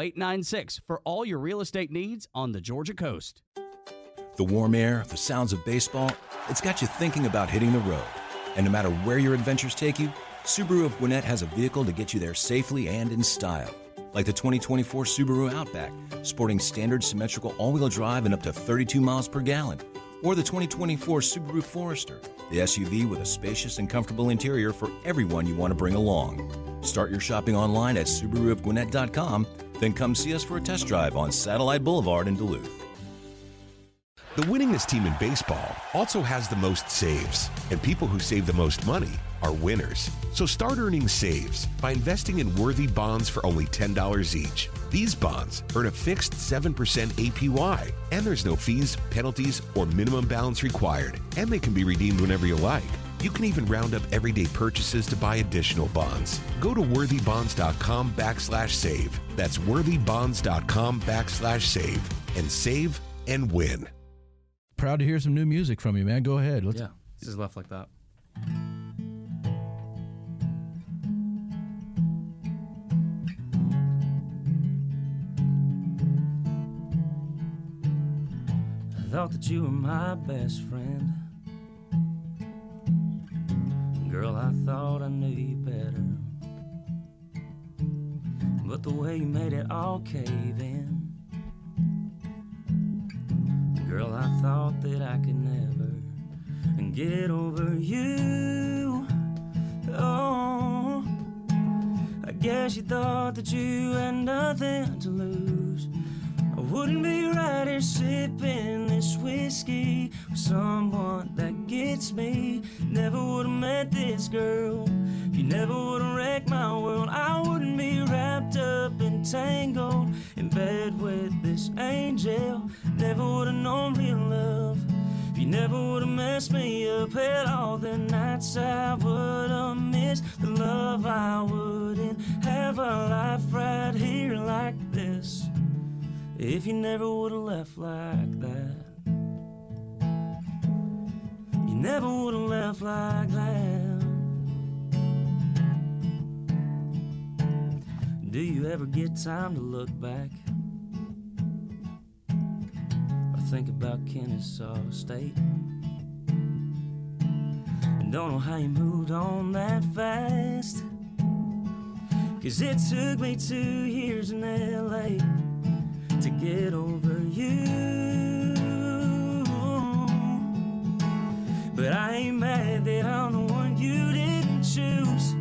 S1: 0896 for all your real estate needs on the Georgia coast.
S2: The warm air, the sounds of baseball, it's got you thinking about hitting the road. And no matter where your adventures take you, Subaru of Gwinnett has a vehicle to get you there safely and in style. Like the 2024 Subaru Outback, sporting standard symmetrical all wheel drive and up to 32 miles per gallon. Or the 2024 Subaru Forester, the SUV with a spacious and comfortable interior for everyone you want to bring along. Start your shopping online at SubaruofGwinnett.com, then come see us for a test drive on Satellite Boulevard in Duluth.
S7: The winningest team in baseball also has the most saves, and people who save the most money are winners. So start earning saves by investing in worthy bonds for only $10 each. These bonds earn a fixed 7% APY, and there's no fees, penalties, or minimum balance required, and they can be redeemed whenever you like. You can even round up everyday purchases to buy additional bonds. Go to worthybonds.com backslash save. That's worthybonds.com backslash save and save and win.
S3: proud to hear some new music from you, man. Go ahead. Let's
S4: this is left like that
S6: I thought that you were my best friend. Girl, I thought I knew you better. But the way you made it all cave in. Girl, I thought that I could never get over you. Oh, I guess you thought that you had nothing to lose. I wouldn't be right here sipping this whiskey with someone that gets me. Never would have met this girl. If you never would have wrecked my world, I wouldn't be wrapped up and tangled in bed with this angel. Never would have known real love. If you never would have messed me up at all the nights I would have missed the love I wouldn't have a life right here like this. If you never would have left like that, you never would have left like that.
S4: Do you ever get time to look back? I think about Kennesaw State. And don't know how you moved on that fast. Cause it took me two years in LA to get over you. But I ain't mad that I'm the one you didn't choose.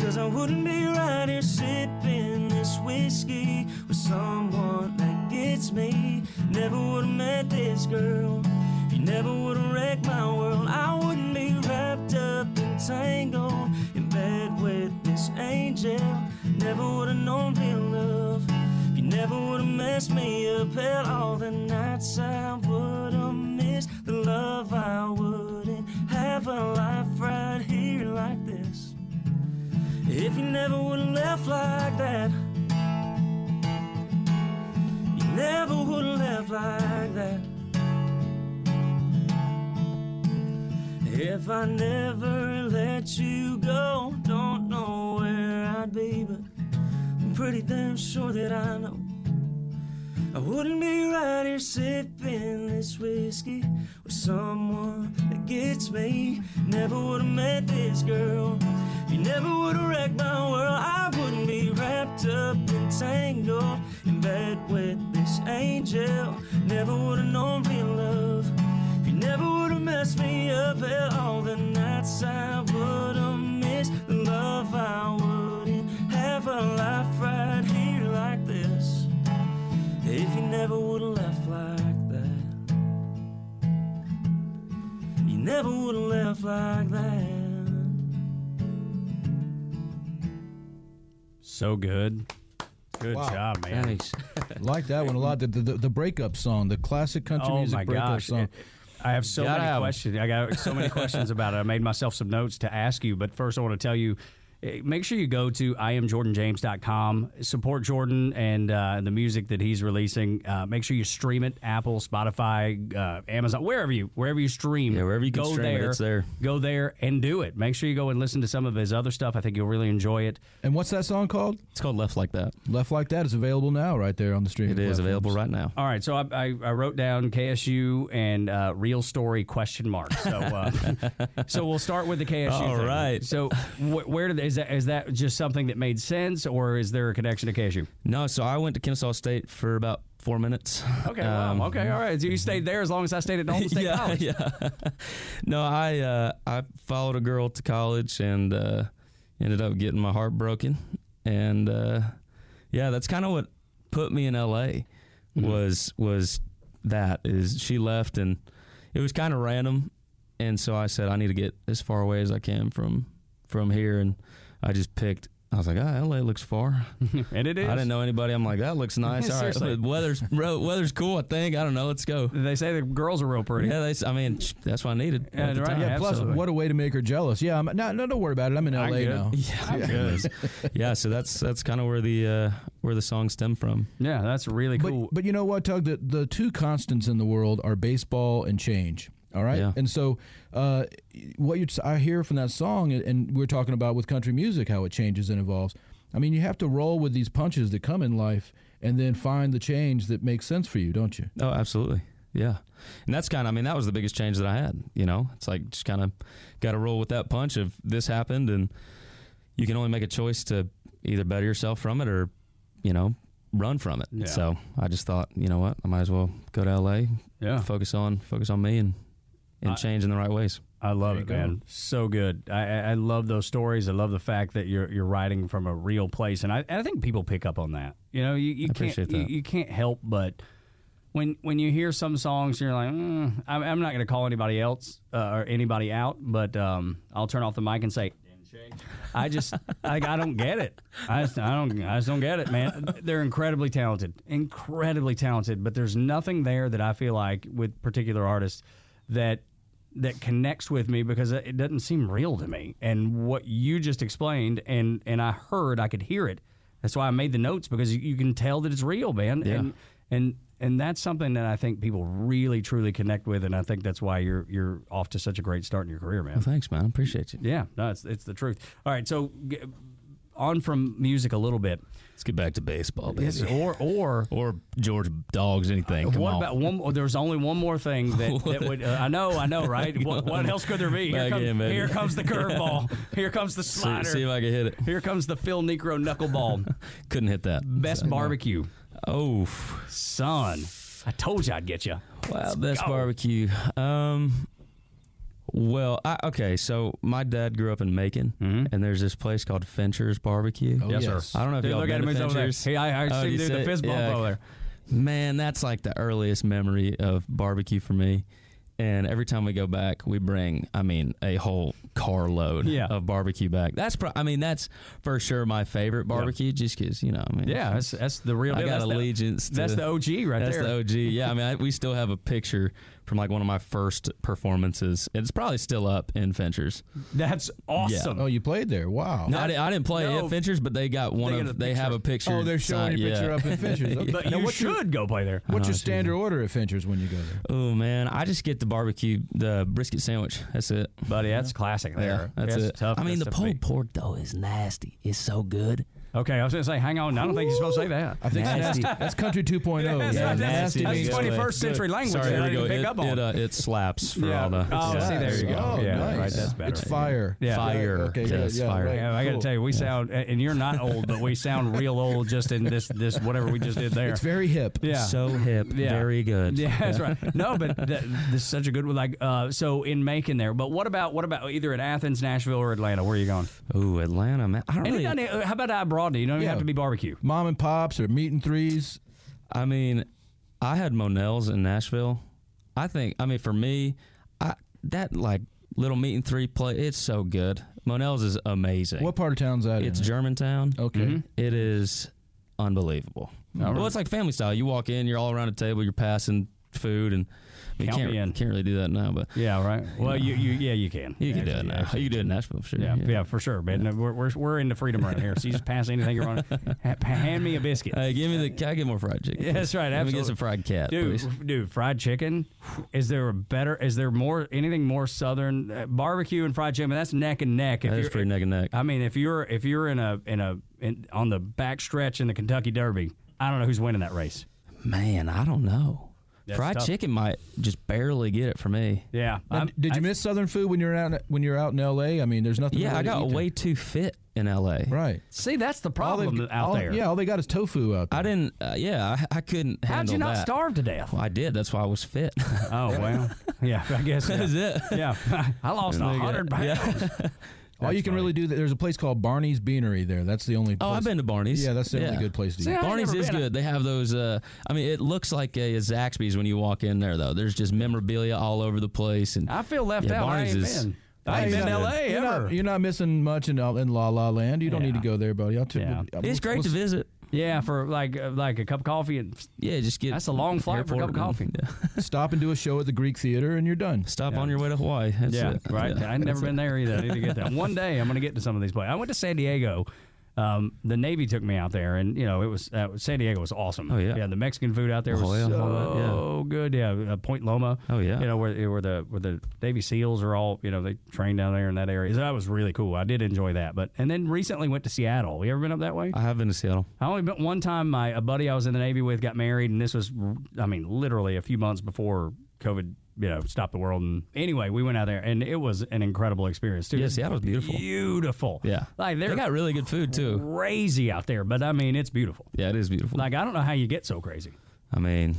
S4: Cause I wouldn't be right here sipping this whiskey with someone that gets me. Never would've met this girl. You never would've wrecked my world. I wouldn't be wrapped up and tangled in bed with this angel. Never would've known real love. You never would've messed me up at all the nights I would've missed the love I wouldn't have a life right here like this. If you never would've left like that, you never would've left like that. If I never let you go, don't know where I'd be, but I'm pretty damn sure that I know. I wouldn't be right here sipping this whiskey with someone that gets me. Never would've met this girl. You never would've wrecked my world. I wouldn't be wrapped up and tangled in bed with this angel. Never would've known real love. You never would've messed me up at all the nights I would've missed the love I wouldn't have a life right here like this. If you never would've left like that, you never would've left like that.
S1: So good. Good job, man.
S8: Thanks.
S3: like that one a lot. The, the, the breakup song, the classic country
S1: Oh
S3: music
S1: my
S3: breakup
S1: gosh.
S3: song.
S1: I have so
S8: Gotta
S1: many
S8: have 'em.
S1: questions. I got so many questions about it. I made myself some notes to ask you, but first I want to tell you eh, make sure you go to iamjordanjames.com, support Jordan and uh, the music that he's releasing. Uh, make sure you stream it Apple, Spotify, uh, Amazon, wherever you wherever you stream.
S8: Yeah, wherever you can
S1: go
S8: stream it,
S1: there,
S8: it's there.
S1: Go there and do it. Make sure you go and listen to some of his other stuff. I think you'll really enjoy it.
S3: And what's that song called?
S8: It's called Left Like That.
S3: Left Like That is available now, right there on the stream.
S8: It is available right now.
S1: All right, so I, I, I wrote down KSU and uh, real story question mark. So uh, (laughs) so we'll start with the KSU.
S8: All
S1: thing.
S8: right.
S1: So wh- where did is that is that just something that made sense, or is there a connection to KSU?
S8: No, so I went to Kennesaw State for about four minutes. (laughs)
S1: Okay. wow,
S8: Um,
S1: okay. All right. So you stayed there as long as I stayed at (laughs) Dalton State
S8: yeah,
S1: College.
S8: yeah. (laughs) no, I uh, I followed a girl to college and uh, ended up getting my heart broken, and uh, yeah, that's kind of what put me in L.A.
S1: Mm-hmm.
S8: was was that is she left and it was kind of random, and so I said I need to get as far away as I can from from here, and I just picked. I was like, ah, L.A. looks
S1: (laughs)
S8: far.
S1: And it is.
S8: I didn't know anybody. I'm like, that looks nice. All right, (laughs)
S1: (laughs) Seriously.
S8: weather's ro- weather's cool. I think. I don't know. Let's go.
S1: They say the girls are real pretty.
S8: Yeah, they, s- I mean, sh- that's what I needed.
S1: Yeah,
S8: at the
S1: right.
S8: time.
S1: Yeah,
S3: Plus,
S1: Absolutely.
S3: what a way to make her jealous. Yeah, I'm, no, no, don't worry about it. I'm in
S1: I'm
S3: LA
S1: good.
S3: now.
S8: (laughs) yeah, yeah, so that's that's kind of where the uh, where the song stemmed from.
S1: Yeah, that's really
S3: But,
S1: cool.
S3: but you know what, Tug? The, the two constants in the world are baseball and change. All right,
S8: Yeah.
S3: and so uh, what you I hear from that song, and- and we're talking about with country music how it changes and evolves. I mean, you have to roll with these punches that come in life, and then find the change that makes sense for you, don't you?
S8: Oh, absolutely. Yeah, and that's kind of. I mean, that was the biggest change that I had. You know, it's like just kind of got to roll with that punch of this happened, and you can only make a choice to either better yourself from it or, you know, run from it.
S1: Yeah.
S8: So I just thought, you know what, I might as well go to L.A.
S1: yeah.
S8: Focus on focus on me and and
S1: I-
S8: change in the right ways.
S1: I love
S3: There
S1: it,
S3: you go.
S1: man. So good. I, I I love those stories. I love the fact that you're you're writing from a real place, and I, and I think people pick up on that. You know, you, you
S8: I
S1: can't
S8: appreciate that.
S1: You, you can't help but when when you hear some songs, you're like, mm, I'm, I'm not going to call anybody else uh, or anybody out, but um, I'll turn off the mic and say. I just, like, I don't get it. I just, I don't, I just don't get it, man. They're incredibly talented, incredibly talented, but there's nothing there that I feel like with particular artists that that connects with me because it doesn't seem real to me. And what you just explained, and and I heard, I could hear it. That's why I made the notes because you, you can tell that it's real, man.
S8: Yeah.
S1: And and and that's something that I think people really truly connect with, and I think that's why you're you're off to such a great start in your career, man.
S8: Thanks, man. I appreciate you.
S1: Yeah, no, it's it's the truth. All right, so g- on from music a little bit.
S4: Let's get back to baseball, baby.
S1: Or or
S4: Or George Dogs, anything. Come
S1: Uh, what
S4: on.
S1: about one? more- There was only one more thing that, that would. Uh, I know, I know, right? What, what else could there be? Here,
S4: Back
S1: comes,
S4: in, baby.
S1: here comes the curveball. Here comes the
S4: see,
S1: slider.
S4: see if I can hit it.
S1: here comes the Phil Negro knuckleball.
S4: Couldn't hit that.
S1: Best barbecue,
S4: Oh,
S1: son. I told you I'd get you.
S4: wow. Best barbecue. Um, well, I, okay. So my dad grew up in Macon,
S1: Mm-hmm.
S4: and there's this place called Fincher's Barbecue.
S3: Oh, Yes, yes. sir.
S4: I don't know if
S1: Dude,
S4: y'all
S1: look
S4: been
S1: at
S4: to
S1: him. He's over there.
S4: Fincher's.
S1: He- I- I see
S4: do you
S1: him do the
S4: it?
S1: fist bump over there.
S4: Man, that's like the earliest memory of barbecue for me. And every time we go back, we bring, I mean, a whole carload
S1: Yeah.
S4: of barbecue back. That's, pro- I mean, that's for sure my favorite barbecue, just 'cause you know, I mean,
S1: Yeah, that's that's the real.
S4: I
S1: deal.
S4: got
S1: that's
S4: allegiance
S1: The, that's
S4: to-
S1: the OG right
S4: That's
S1: there.
S4: the OG. Yeah, I mean, I, we still have a picture from like one of my first performances. It's probably still up in Fincher's.
S1: That's awesome.
S3: Oh, you played there. Wow.
S4: No, I, di- I didn't play
S1: No.
S4: at Fincher's, but they got one
S1: They
S4: of.
S1: got a
S4: they have a picture.
S3: oh, they're showing
S4: signed-
S3: your picture
S4: yeah.
S3: up at
S4: (laughs)
S3: Fincher's. Okay.
S1: But
S3: Now,
S1: you
S3: what's your-
S1: should go play there.
S3: What's
S4: know,
S3: your
S4: it's
S3: standard order at Fincher's when you go there?
S4: Oh man, I just get the barbecue, the brisket sandwich. That's it.
S1: Buddy, that's classic there.
S4: that's it.
S1: tough.
S4: I mean,
S1: That's
S4: the
S1: tough to
S4: pulled
S1: beat.
S4: pork though is nasty. It's so good.
S1: Okay, I was going to say, hang on. I don't think you're supposed to say that.
S3: I think that's, (laughs) that's country oh. 2.0.
S1: That's-
S4: Yeah,
S1: that's-
S4: nasty
S1: that's
S4: means
S1: 21st
S4: good.
S1: century language
S4: Sorry,
S1: that I
S4: there
S1: didn't
S4: we go.
S1: pick
S4: It,
S1: up on.
S4: it, uh, it slaps for
S1: Yeah.
S4: all the
S1: Oh,
S4: yeah.
S1: see, there you go.
S3: Oh,
S1: Yeah,
S3: nice.
S1: right, that's better.
S3: It's fire.
S1: Yeah.
S4: fire.
S3: Okay, good,
S4: yes,
S3: yeah,
S4: fire.
S3: right.
S1: Yeah, I got to
S3: Cool.
S1: tell you, we sound, and you're not old, but we sound real old just in this, this whatever we just did there.
S3: It's very hip.
S1: yeah.
S4: So hip,
S1: Yeah.
S4: very good.
S1: (laughs) yeah, that's right. No, but th- this is such a good one. Like, uh, so in Macon there, but what about what about either at Athens, Nashville, or Atlanta? Where are you going?
S4: Ooh, Atlanta, man. I don't
S1: And it
S4: really.
S1: doesn't- uh, how about I broaden it? You don't even
S3: Yeah.
S1: have to be barbecue.
S3: Mom and pops or meet and threes.
S4: I mean, I had Monell's in Nashville. I think. I mean, for me, I that like little meat and three play. It's so good. Monell's is amazing.
S3: What part of town's that?
S4: It's
S3: in?
S4: Germantown.
S3: Okay.
S1: Mm-hmm.
S4: It is unbelievable. Well, it's like family style. You walk in, you're all around a table, you're passing food, and I mean, you
S1: Count
S4: can't,
S1: me in.
S4: can't really do that now, but
S1: Yeah, right. Well, you, you yeah, you can.
S4: you can do it
S1: Actually,
S4: now.
S1: actually.
S4: you can do it in Nashville, for sure.
S1: Yeah, yeah, for sure, man. We're, we're, we're into freedom right here. So you just pass anything around. Ha- Hand me a biscuit.
S4: Hey, give me the. Can I get more fried chicken?
S1: Yeah, that's right.
S4: Let me
S1: absolutely.
S4: get some fried cat,
S1: dude.
S4: please.
S1: (laughs) Dude, fried chicken. Is there a better? Is there more? Anything more southern uh, barbecue and fried chicken? That's neck and neck. If
S4: That is
S1: you're-
S4: pretty neck and neck.
S1: I mean, if you're if you're in a in a in, on the back stretch in the Kentucky Derby, I don't know who's winning that race.
S4: Man, I don't know.
S1: That's
S4: fried
S1: tough.
S4: chicken might just barely get it for me.
S1: Yeah.
S3: Now,
S1: I'm-
S3: did
S1: I-
S3: you miss Southern food when you're out when you're out in L.A.? I mean, there's nothing.
S4: Yeah,
S3: really
S4: I
S3: to
S4: got
S3: eat there.
S4: way too fit in LA.
S3: right.
S1: see? That's the
S3: All they've-
S1: problem out
S3: all-
S1: there.
S3: Yeah, all they got is tofu out there.
S4: I didn't. Uh, yeah, I, I couldn't.
S1: How'd
S4: handle
S1: you not
S4: that.
S1: starve to death?
S4: Well, I did. That's why I was fit. (laughs)
S1: Oh
S3: (laughs)
S1: well. Yeah, I guess yeah.
S4: That's
S1: (laughs)
S4: it.
S1: Yeah, I lost a hundred pounds.
S3: all you can really do that. There's a place called Barney's Beanery there. That's the only.
S4: Oh,
S3: place.
S4: I've been to Barney's.
S3: Yeah, that's the only good place to eat.
S1: See, I ain't
S4: Barney's
S1: never
S4: is
S1: been.
S4: good. They have those. Uh, I mean, it looks like a, Zaxby's when you walk in there, though. There's just memorabilia all over the place, and
S1: I feel left
S4: Yeah,
S1: out.
S4: Barney's
S1: I ain't
S4: is-
S1: been. I ain't
S3: You're
S1: been to
S3: not-
S1: LA
S3: you're
S1: ever.
S3: Not, you're not missing much in uh, in La La Land. You don't need to
S1: Yeah.
S3: go there, buddy. I'll t-
S1: Yeah.
S3: we'll-
S4: it's great
S3: we'll-
S4: to visit.
S1: yeah, for like uh, like a cup of coffee and
S4: Yeah, just get.
S1: that's a long flight for a cup of
S4: airport
S1: coffee.
S4: and- yeah.
S3: Stop and do a show at the Greek Theater, and you're done.
S4: (laughs) Stop on your way to Hawaii. That's
S1: Yeah,
S4: it.
S1: right.
S4: Yeah.
S1: I've never been there either. I need to get there. One day I'm going to get to some of these places. I went to San Diego. Um, the Navy took me out there, and you know it was uh, San Diego was awesome.
S4: Oh, yeah.
S1: yeah. The Mexican food out there was
S4: Oh, yeah,
S1: so
S4: all that, yeah.
S1: good. Yeah, uh, Point Loma.
S4: Oh, yeah.
S1: you know where where the where the Navy SEALs are all you know they train down there in that area. So that was really cool. I did enjoy that. But and then recently went to Seattle. You ever been up that way?
S4: I have been to Seattle.
S1: I only been one time. My a buddy I was in the Navy with got married, and this was, I mean, literally a few months before COVID, you know, stopped the world. And anyway, we went out there, and it was an incredible experience too.
S4: Yeah, Seattle's beautiful.
S1: Beautiful.
S4: Yeah,
S1: like
S4: they
S1: they're
S4: got really good
S1: (laughs)
S4: food too.
S1: crazy out there, but I mean, it's beautiful.
S4: Yeah, it is beautiful.
S1: Like I don't know how you get so crazy.
S4: I mean,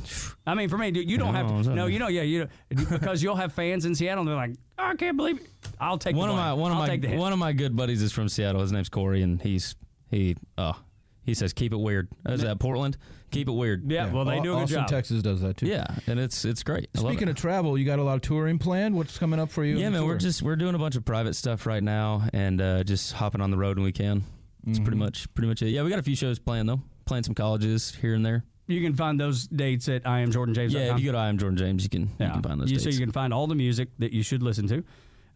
S1: I mean, for me, dude, you don't
S4: Yeah,
S1: have
S4: what's
S1: to.
S4: up,
S1: No,
S4: man?
S1: you know, yeah, you know, because you'll have fans in Seattle, and they're like, I can't believe it. I'll take
S4: one
S1: the
S4: of my
S1: blame.
S4: one of
S1: I'll
S4: my
S1: take the hit.
S4: one of my good buddies is from Seattle. His name's Corey, and he's he uh he says keep it weird. Is that Portland? Keep it weird.
S1: yeah, well, they
S3: Au-
S1: do a good
S3: Austin,
S1: job.
S3: Texas does that too.
S4: yeah, and it's it's great. I love
S3: Speaking
S4: it.
S3: of travel, you got a lot of touring planned. What's coming up for you?
S4: yeah,
S3: on the
S4: man, we're
S3: tour?
S4: just we're doing a bunch of private stuff right now, and uh, just hopping on the road when we can. It's
S1: Mm-hmm.
S4: pretty much pretty much it. Yeah, we got a few shows planned though, playing some colleges here and there.
S1: You can find those dates at I am Jordan James.
S4: yeah, if you go to I am Jordan James, you can you can find those.
S1: You- So
S4: dates.
S1: you can find all the music that you should listen to.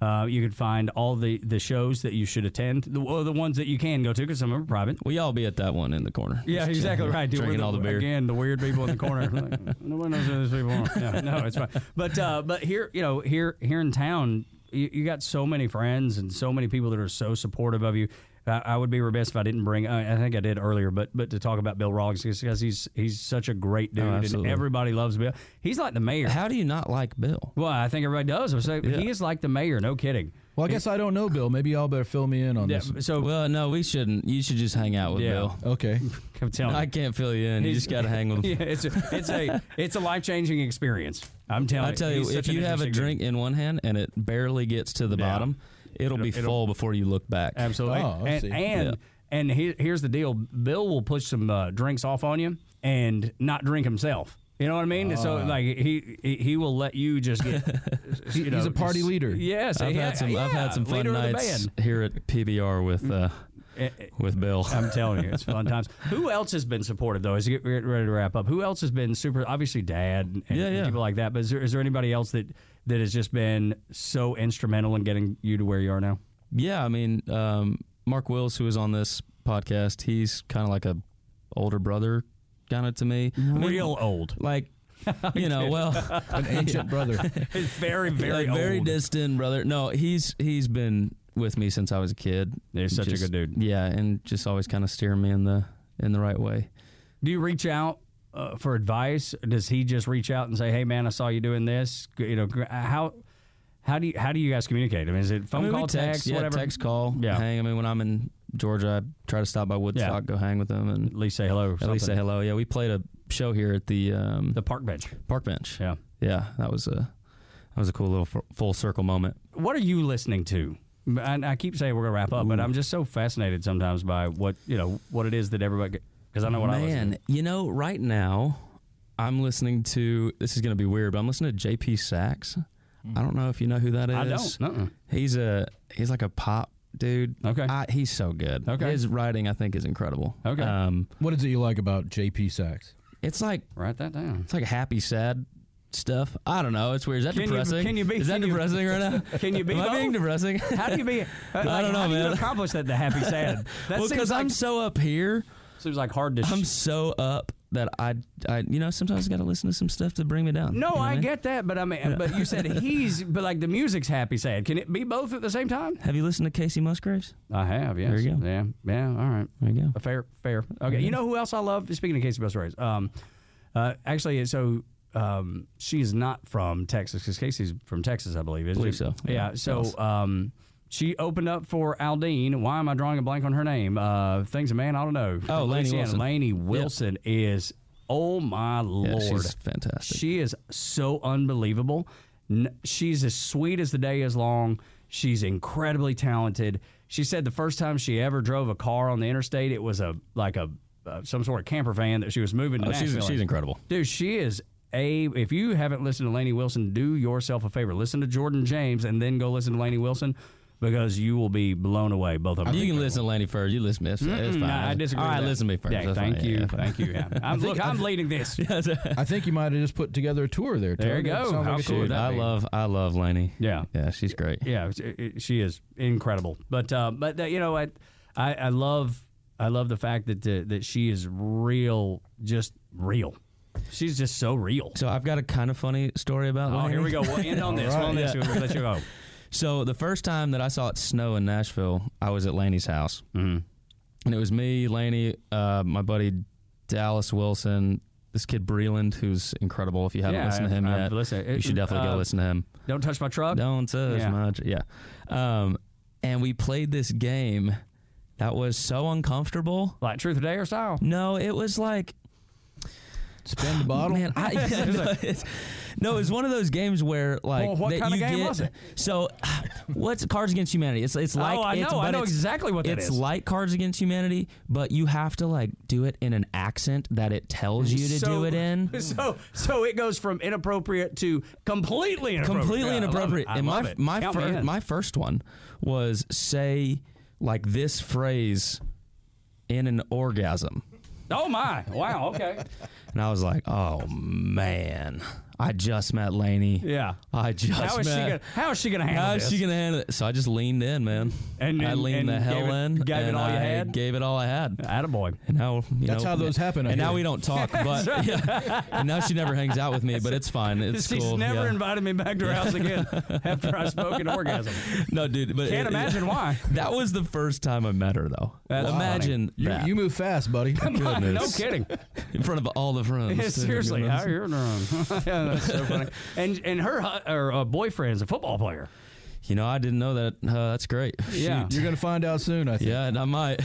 S1: Uh, you can find all the, the shows that you should attend, the, well, the ones that you can go to because some of them are private.
S4: we all be at that one in the corner.
S1: Yeah,
S4: Just
S1: exactly
S4: chilling,
S1: right. Dude, We're
S4: Drinking
S1: the,
S4: all the beer.
S1: again. The weird people in the
S4: (laughs)
S1: corner. like, no one knows who these people are. Yeah, no, it's fine. But uh, but here, you know, here here in town, you, you got so many friends and so many people that are so supportive of you. I, I would be remiss if I didn't bring. I I think I did earlier, but but to talk about Bill Rawlings because he's he's such a great dude and
S4: Oh, absolutely.
S1: everybody loves Bill. He's like the mayor.
S4: How do you not like Bill?
S1: Well, I think everybody does. I'm saying he is like the mayor. No kidding.
S3: Well, I guess I don't know, Bill. Maybe y'all better fill me in on
S1: Yeah,
S3: this.
S1: so
S4: Well, no, we shouldn't. You should just hang out with
S1: Yeah.
S4: Bill.
S1: (laughs)
S3: Okay.
S1: come tell me.
S4: I can't fill you in. You
S1: He's-
S4: just got to hang with
S1: (laughs)
S4: him.
S1: yeah, it's a, it's a it's a life changing experience. I'm telling.
S4: I tell you,
S1: he's
S4: if
S1: such an
S4: you have a
S1: interesting
S4: drink in one hand and it barely gets to the
S1: Yeah.
S4: bottom, it'll, be
S1: It'll- it'll-
S4: full before you look back.
S1: dude. absolutely.
S3: Oh, I
S1: and
S3: see.
S1: and, and he, here's the deal: Bill will push some uh, drinks off on you and not drink himself. You know what I mean? so
S4: Ah.
S1: like he he- he will let you just
S4: (laughs)
S1: get. you
S3: he's a party
S1: just-
S3: leader.
S1: Yes,
S4: I've
S1: yeah,
S4: had some. I've
S1: yeah,
S4: had some fun
S1: leader of the
S4: nights
S1: band. Eh,
S4: here at PBR with uh, with Bill.
S1: I'm telling you, it's fun times. Who else has been supportive though? As you get re- ready to wrap up, who else has been super? Obviously, Dad and, and
S4: Yeah, yeah.
S1: people like that. But is there, is there anybody else that that has just been so instrumental in getting you to where you are now?
S4: (laughs) Yeah, I mean, um, Mark Wills, who is on this podcast, he's kind of like a older brother, kind of to me. I mean,
S1: Real
S4: (laughs)
S1: old,
S4: like
S1: (laughs)
S4: you know, well,
S3: An ancient brother.
S1: very very
S4: like, very
S1: old.
S4: distant brother. No, he's he's been with me since I was a kid.
S1: He's such a
S4: Just-
S1: good dude.
S4: Yeah, and just always kind of steering me in the in the right way.
S1: Do you reach out? Uh, for advice, does he just reach out and say, "Hey, man, I saw you doing this"? G- You know, gr- uh, how how do you how do you guys communicate? I mean, is it phone
S4: I mean, we
S1: call, text,
S4: yeah,
S1: whatever?
S4: text, call,
S1: Yeah.
S4: hang. I mean, when I'm in Georgia, I try to stop by Woodstock, go hang with them,
S1: At
S4: and
S1: least say hello. Or
S4: at least say hello. Yeah, we played a show here at the um,
S1: The park bench.
S4: park bench.
S1: Yeah.
S4: yeah, that was a that was a cool little f- full circle moment.
S1: what are you listening to? And I keep saying we're gonna wrap up, but I'm just so fascinated sometimes by what you know what it is that everybody because I know what I listen.
S4: Man,
S1: to.
S4: you know, right now I'm listening to this is going to be weird, but I'm listening to J.P. Sachs. I don't know if you know who that is.
S1: Hmm. I don't. Uh-uh.
S4: He's a he's like a pop dude.
S1: Okay.
S4: I, he's so good.
S1: Okay.
S4: his writing I think is incredible.
S1: Okay.
S4: um,
S3: What is it you like about JP Sachs?
S4: it's like
S1: Write that
S4: (laughs)
S1: down.
S4: It's like happy, sad stuff. I don't know. It's weird. Is that
S1: Can you-
S4: depressing?
S1: can you be-
S4: Is that
S1: can you-
S4: depressing right now?
S1: (laughs) Can you be
S4: Am I being
S1: both?
S4: depressing?
S1: How do you be? uh,
S4: I don't know,
S1: how Do you
S4: man.
S1: accomplish that the happy sad. That
S4: (laughs) well,
S1: seems
S4: because
S1: like
S4: I'm so up here.
S1: seems like hard to.
S4: I'm
S1: sh-
S4: so up that I, I you know, sometimes I got to listen to some stuff to bring me down.
S1: no,
S4: You know what
S1: I
S4: mean?
S1: get that, but I mean, but you
S4: (laughs)
S1: said he's, but like the music's happy sad. Can it be both at the same time?
S4: Have you listened to Casey Musgraves?
S1: I have, yes.
S4: you go.
S1: Yeah, yeah. All right.
S4: There you go.
S1: Fair, fair. Okay.
S4: Mm-hmm.
S1: You know who else I love? Speaking of Casey Busterways, um, uh, actually, so um, she's not from Texas because Casey's from Texas, I believe. Is
S4: Believe so.
S1: Yeah.
S4: Yeah.
S1: So um, she opened up for Aldine. Why am I drawing a blank on her name? Uh, things a man I don't know.
S4: Oh, Lainey
S1: Louisiana.
S4: Wilson.
S1: Lainey Wilson is. Oh my
S4: Yeah,
S1: lord.
S4: she's fantastic.
S1: She is so unbelievable. N- She's as sweet as the day is long. She's incredibly talented. She said the first time she ever drove a car on the interstate, it was a like a uh, some sort of camper van that she was moving. To
S4: Oh, she's-
S1: Nashville in.
S4: she's incredible.
S1: dude. She is a. If you haven't listened to Laney Wilson, do yourself a favor. Listen to Jordan James and then go listen to Laney Wilson because you will be blown away. Both of them.
S4: you can listen to Lanny first. You listen to this. It's fine.
S1: No, I disagree.
S4: All
S1: with
S4: right,
S1: that.
S4: listen to me first.
S1: Yeah,
S4: That's
S1: thank
S4: fine.
S1: you,
S4: Yeah, fine.
S1: thank you. Yeah. I'm,
S4: (laughs)
S1: look, I'm leading this.
S3: I think you might have just put together a tour there.
S1: There you
S3: Tony. That
S1: go.
S3: sounds
S1: How
S3: like a
S1: cool
S3: tour.
S1: would
S4: Dude,
S1: that
S4: I
S1: be?
S4: love, I love Lanny.
S1: Yeah.
S4: Yeah, she's great.
S1: yeah, it's- it- it- she is incredible. But uh, but uh, you know, I, I I love I love the fact that uh, that she is real, just real. She's just so real.
S4: So I've got a kind of funny story about
S1: Oh,
S4: Lanny.
S1: here we go. We'll end
S4: (laughs)
S1: on this. We'll end this. We'll let you go.
S4: So the first time that I saw it snow in Nashville, I was at Laney's house, mm-hmm. and it was me, Laney, uh, my buddy Dallas Wilson, this kid Breland, who's incredible. If you haven't
S1: Yeah,
S4: listened to him
S1: I've- I've
S4: yet,
S1: listened.
S4: you
S1: It-
S4: should definitely
S1: uh,
S4: go listen to him.
S1: Don't touch my truck.
S4: Don't touch
S1: yeah.
S4: much, yeah. Um, and we played this game that was so uncomfortable.
S1: Like truth or dare style.
S4: No, it was like
S3: Spin the
S1: (laughs)
S3: bottle.
S4: Man, I, no, it's, no, it's one of those games where like
S1: Well, what
S4: that
S1: kind of
S4: you
S1: game
S4: get,
S1: was it?
S4: So, (sighs) what's Cards Against Humanity? It's it's like
S1: oh, I
S4: it's,
S1: know. I
S4: but
S1: know
S4: it's-
S1: exactly what that
S4: it's
S1: is.
S4: like Cards Against Humanity, but you have to like do it in an accent that it tells you to
S1: So- (laughs)
S4: do it in.
S1: So so it goes from inappropriate to completely inappropriate.
S4: Completely
S1: Yeah, I love
S4: inappropriate.
S1: it. I
S4: and
S1: love
S4: my
S1: it.
S4: my
S1: Count me
S4: first
S1: in.
S4: my first one was say like this phrase in an orgasm,
S1: oh my wow okay
S4: and I was like, oh man, I just met Laney.
S1: Yeah.
S4: (laughs) I just
S1: How is she
S4: met.
S1: gonna? How is she gonna handle
S4: How is
S1: this?
S4: she gonna handle it? So I just leaned in, man.
S1: And-
S4: I
S1: and-
S4: leaned
S1: and
S4: the hell
S1: gave it-
S4: in.
S1: gave it
S4: and
S1: all you
S4: I
S1: had? Uh,
S4: Gave it all I had.
S1: Attaboy.
S4: And now you
S3: That's
S4: know,
S3: how those happen, I
S4: And
S3: hear.
S4: now we
S1: (laughs)
S4: don't talk, but yeah. and now she never hangs out with me. But it's fine. It's
S1: She's
S4: cool.
S1: never
S4: yeah.
S1: invited me back to her house
S4: (laughs)
S1: again after I spoke an orgasm.
S4: No, dude. But
S1: Can't
S4: it-
S1: imagine why.
S4: (laughs)
S1: (laughs)
S4: That was the first time I met her, though.
S1: That's funny.
S4: imagine
S3: You,
S4: that
S3: you move fast, buddy.
S1: No kidding.
S4: in front of all the friends.
S1: Yeah,
S4: too.
S1: seriously,
S4: Goodness.
S1: how you're wrong. (laughs) yeah, that's so funny. And and her hu- her uh, boyfriend's a football player.
S4: You know, I didn't know that. Uh, that's great.
S1: Yeah,
S3: You're gonna find out soon, I think.
S4: Yeah, and I might.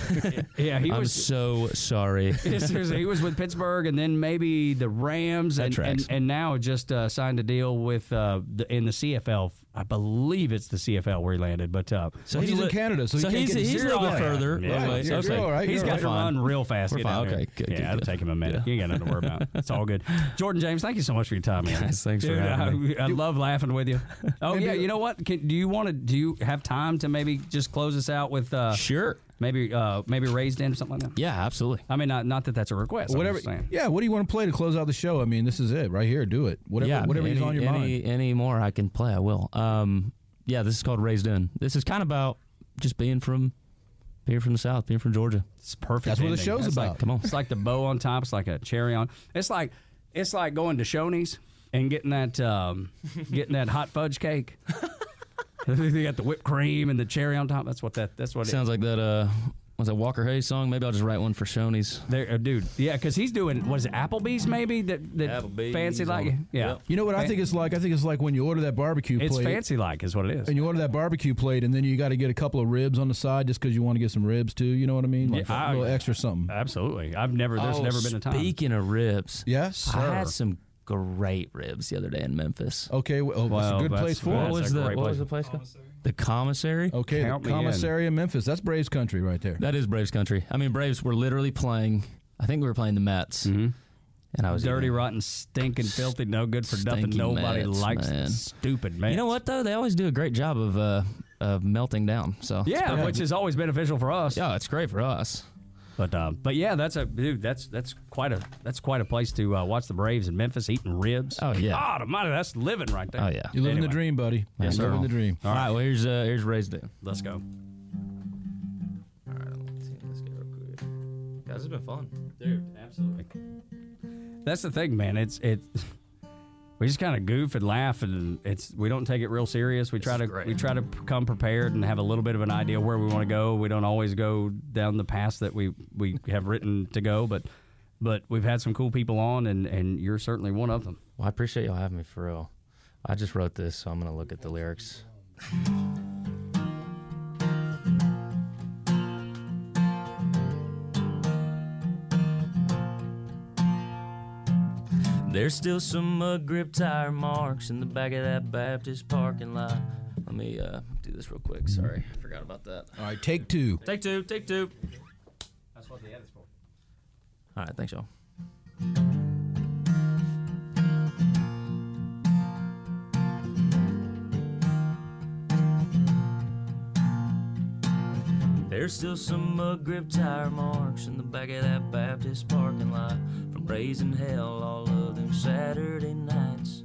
S1: yeah. He
S4: I'm
S1: was
S4: so
S3: (laughs)
S4: sorry.
S1: Yeah, seriously, he was with Pittsburgh and then maybe the Rams and, and,
S4: tracks.
S1: and now just uh, signed a deal with uh, the, in the CFL. I believe it's the CFL where he landed, but uh,
S4: So
S3: Well, he's in
S4: li-
S3: Canada, so he can't
S4: he's,
S3: get
S4: he's a
S3: zero
S4: little bit
S3: on it.
S4: further.
S1: Yeah.
S4: away.
S1: Right,
S3: you're-
S4: Okay.
S3: you're all right,
S1: he's
S3: you're
S1: got to
S4: all right.
S1: run real fast.
S4: We're
S1: Get down
S4: fine.
S1: here.
S4: Okay, good,
S1: yeah,
S4: good,
S1: it'll
S4: good.
S1: take him a minute.
S4: Yeah.
S1: You ain't got nothing to worry
S4: (laughs)
S1: about. It's all good. Jordan James, thank you so much for your time, man.
S4: Guys, thanks for
S1: Dude,
S4: having
S1: I, I love laughing with you. Oh yeah,
S3: Maybe-
S1: you know what? Can, do you want to? Do you have time to maybe just close us out with uh,
S4: Sure.
S1: maybe uh, maybe raised in or something like that?
S4: Yeah, absolutely.
S1: I mean, not, not that that's a request. I'm
S3: Whatever.
S1: just saying.
S3: Yeah. What do you want to play to close out the show? I mean, this is it right here. Do it. Whatever.
S4: yeah,
S3: whatever
S4: any,
S3: is on your
S4: any,
S3: mind.
S4: Any more I can play, I will. Um, yeah, this is called Raised In. This is kind of about just being from being from the South, being from Georgia.
S1: It's perfect.
S3: That's what the
S1: ending.
S3: show's
S1: That's
S3: about.
S1: like-
S4: Come on.
S1: It's like the bow on top. It's like a cherry on. It's like it's like going to Shoney's and getting that um, (laughs) getting that hot fudge cake. (laughs) they got the whipped cream and the cherry on top. That's what that. That's what. It,
S4: Sounds like that. Uh, was that Walker Hayes song? Maybe I'll just write one for Shoney's.
S1: there, uh, dude. Yeah, because he's doing was it Applebee's maybe that that
S4: Applebee's
S1: fancy like
S4: on-
S1: yeah.
S4: Yep.
S3: You know what I think it's like? I think it's like when you order that barbecue
S1: It's
S3: plate.
S1: fancy like is what it is.
S3: And you order that barbecue plate, and then you got to get a couple of ribs on the side just because you want to get some ribs too. You know what I mean? Like
S1: Yeah, I-
S3: a little extra something.
S1: Absolutely. I've never. There's
S4: Oh,
S1: never been a time.
S4: Speaking of ribs,
S3: Yeah?
S4: I
S3: Sir.
S4: had some great ribs the other day in Memphis.
S3: okay, well, oh, that's
S1: Wow,
S3: a good
S1: that's-
S3: place for
S4: what
S1: that's
S3: it.
S4: was
S1: a
S4: the what
S1: great
S4: was the place called? The commissary.
S3: Okay, the
S1: Count me in.
S3: commissary in. Memphis. That's Braves country right there.
S4: That is Braves country. I mean, Braves were literally playing. I think we were playing the Mets, and I was
S1: Mm-hmm. Dirty,
S4: eating-
S1: rotten, stinking, filthy, no good for nothing.
S4: Stinky
S1: Nobody
S4: Mets,
S1: likes
S4: man.
S1: stupid man.
S4: You know what though? They always do a great job of uh, of melting down. So it's
S1: Yeah,
S4: perfect.
S1: which is always beneficial for us.
S4: yeah, it's great for us.
S1: But uh, but yeah, that's a dude. That's that's quite a that's quite a place to uh, watch the Braves in Memphis eating ribs.
S4: Oh, yeah.
S1: God Almighty, that's living right there.
S4: Oh yeah.
S3: You're living
S1: Anyway.
S3: the dream, buddy.
S4: Yes,
S3: You're
S4: sir.
S3: living the dream.
S4: All right. Well, here's uh, here's raised in.
S1: Let's go.
S4: All right. Let's see this guy real quick. Guys, it's been fun.
S1: Dude, absolutely. That's the thing, man. It's it. We just kind of goof and laugh, and it's we don't take it real serious. We try to we try to p- come prepared and have a little bit of an idea where we want to go. We don't always go down the path that we we have written to go, but but we've had some cool people on, and and you're certainly one of them.
S4: Well, I appreciate y'all having me for real. I just wrote this, so I'm gonna look at the lyrics. There's still some mud grip tire marks in the back of that Baptist parking lot. Let me uh, do this real quick. Sorry, I forgot about that.
S3: All right, take two.
S4: Take two, take two.
S1: That's what the edit's for.
S4: All right, thanks, y'all. There's still some mud grip tire marks in the back of that Baptist parking lot from raising hell all of them Saturday nights.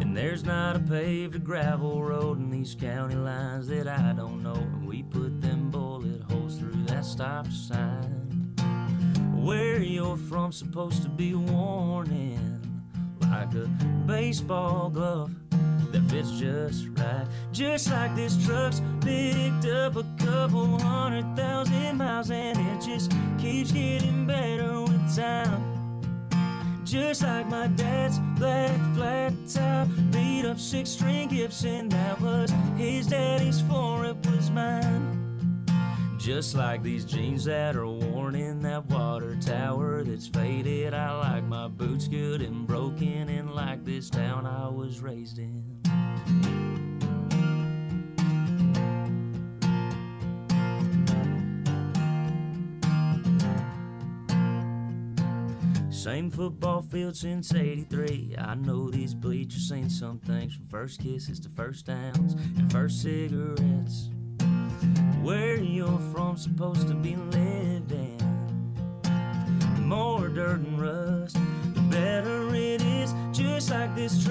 S4: And there's not a paved or gravel road in these county lines that I don't know. And we put them bullet holes through that stop sign. Where you're from supposed to be a warning, like a baseball glove that fits just right. Just like this truck's picked up a couple hundred thousand miles, and it just keeps getting better with time. Just like my dad's black flat top, beat up six string Gibson. That was his daddy's for it was mine. Just like these jeans that are worn in that water tower that's faded. I like my boots good and broken, and like this town I was raised in. Same football field since 83. I know these bleachers seen some things from first kisses to first downs and first cigarettes. Where you're from supposed to be living. More dirt and rust, the better it is. Just like this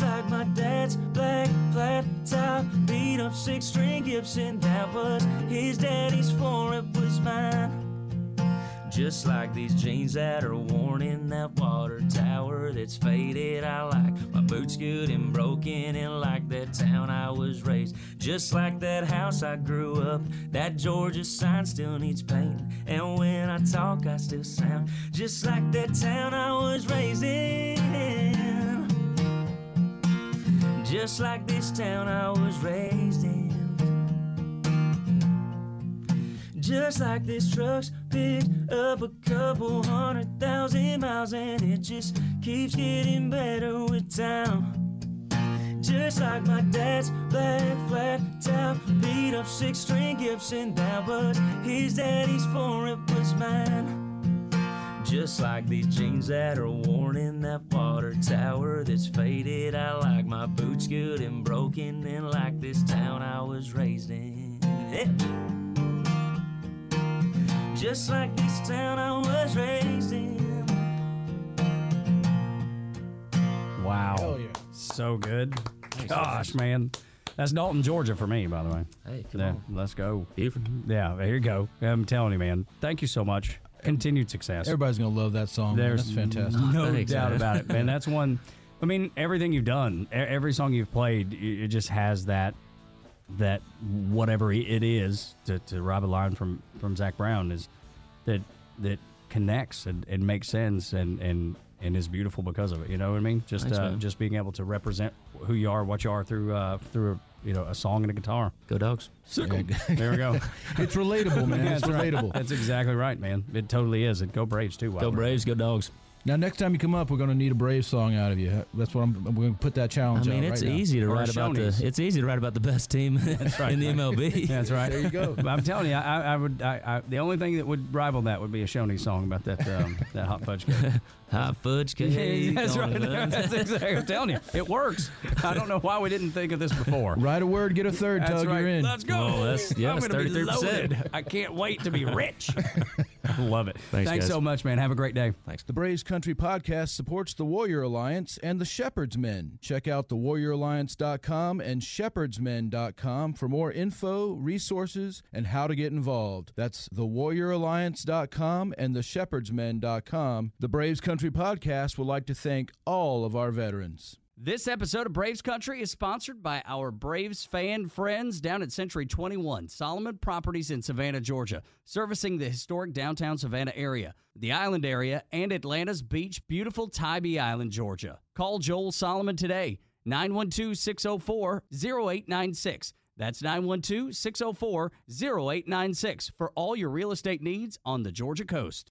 S4: like my dad's black flat top. Beat up six string Gibson, that was his daddy's for it was mine. Just like these jeans that are worn in that water tower that's faded, I like my boots good and broken, and like that town I was raised. Just like that house I grew up, that Georgia sign still needs paint. And when I talk, I still sound just like that town I was raised in. Just like this town I was raised in. Just like this truck's picked up a couple hundred thousand miles and it just keeps getting better with time. Just like my dad's black flat top, beat up six string Gibson, that was his daddy's for it was mine. Just like these jeans that are worn in that water tower that's faded, I like my boots good and broken, and like this town I was raised in. Yeah. Just like this town I was raised in.
S1: Wow.
S3: Hell yeah.
S1: So good. Gosh, man. That's Dalton, Georgia for me, by the way.
S4: Hey, come
S1: yeah,
S4: on.
S1: Let's go.
S9: Beautiful.
S1: Yeah, here you go. I'm telling you, man. Thank you so much. Continued success.
S3: Everybody's gonna love that song. man.
S1: There's
S3: That's fantastic.
S1: No
S9: Thanks,
S1: doubt
S9: man.
S1: about it, man. That's
S9: (laughs)
S1: one. I mean, everything you've done, e- every song you've played, i- it just has that that whatever i- it is to, to rob a line from from Zach Brown is that that connects and, and makes sense and and and is beautiful because of it. You know what I mean? Just
S9: Thanks,
S1: uh,
S9: man.
S1: just being able to represent who you are, what you are through uh, through you know a song and a guitar.
S9: Go dogs.
S1: There
S9: (laughs)
S1: we go.
S3: (laughs) It's relatable, man. it's relatable.
S1: That's exactly right, man. It totally is. And go Braves too.
S9: Go
S1: Wilder.
S9: Braves. Go dogs.
S3: Now, next time you come up, we're gonna need a brave song out of you. That's what I'm. I'm gonna put that
S9: I
S3: challenge.
S9: mean,
S3: out
S9: it's
S3: right now.
S9: easy to
S1: Or
S9: write about the.
S1: Shoney's.
S9: It's easy to write about the best team
S4: (laughs)
S9: in the MLB.
S1: (laughs) That's right.
S3: There you go.
S1: But I'm telling you, I, I would. I, I, the only thing that would rival that would be a Shoney song about that um, that hot fudge cake.
S9: Hot
S1: (laughs)
S9: fudge cake.
S1: that's
S9: on
S1: right. (laughs)
S9: the-
S1: That's exactly. I'm telling you, it works. I don't know why we didn't think of this before.
S3: Write a word, get a third.
S1: That's
S3: Tug,
S1: right.
S3: you're in.
S1: Let's go.
S9: Oh, that's- yeah,
S1: I'm
S9: that's
S1: gonna be
S9: 33%.
S1: loaded. I can't wait to be rich. Love it. Thanks,
S9: guys.
S1: so much, man. Have a great day.
S3: The Braves Country Podcast supports the Warrior Alliance and the Shepherd's Men. Check out thewarrioralliance.com and shepherdsmen.com for more info, resources, and how to get involved. That's thewarrioralliance.com and theshepherdsmen.com. The Braves Country Podcast would like to thank all of our veterans.
S1: This episode of Braves Country is sponsored by our Braves fan friends down at Century 21, Solomon Properties in Savannah, Georgia, servicing the historic downtown Savannah area, the island area, and Atlanta's beach, beautiful Tybee Island, Georgia. Call Joel Solomon today, 912 604 0896. That's 912 604 0896 for all your real estate needs on the Georgia coast.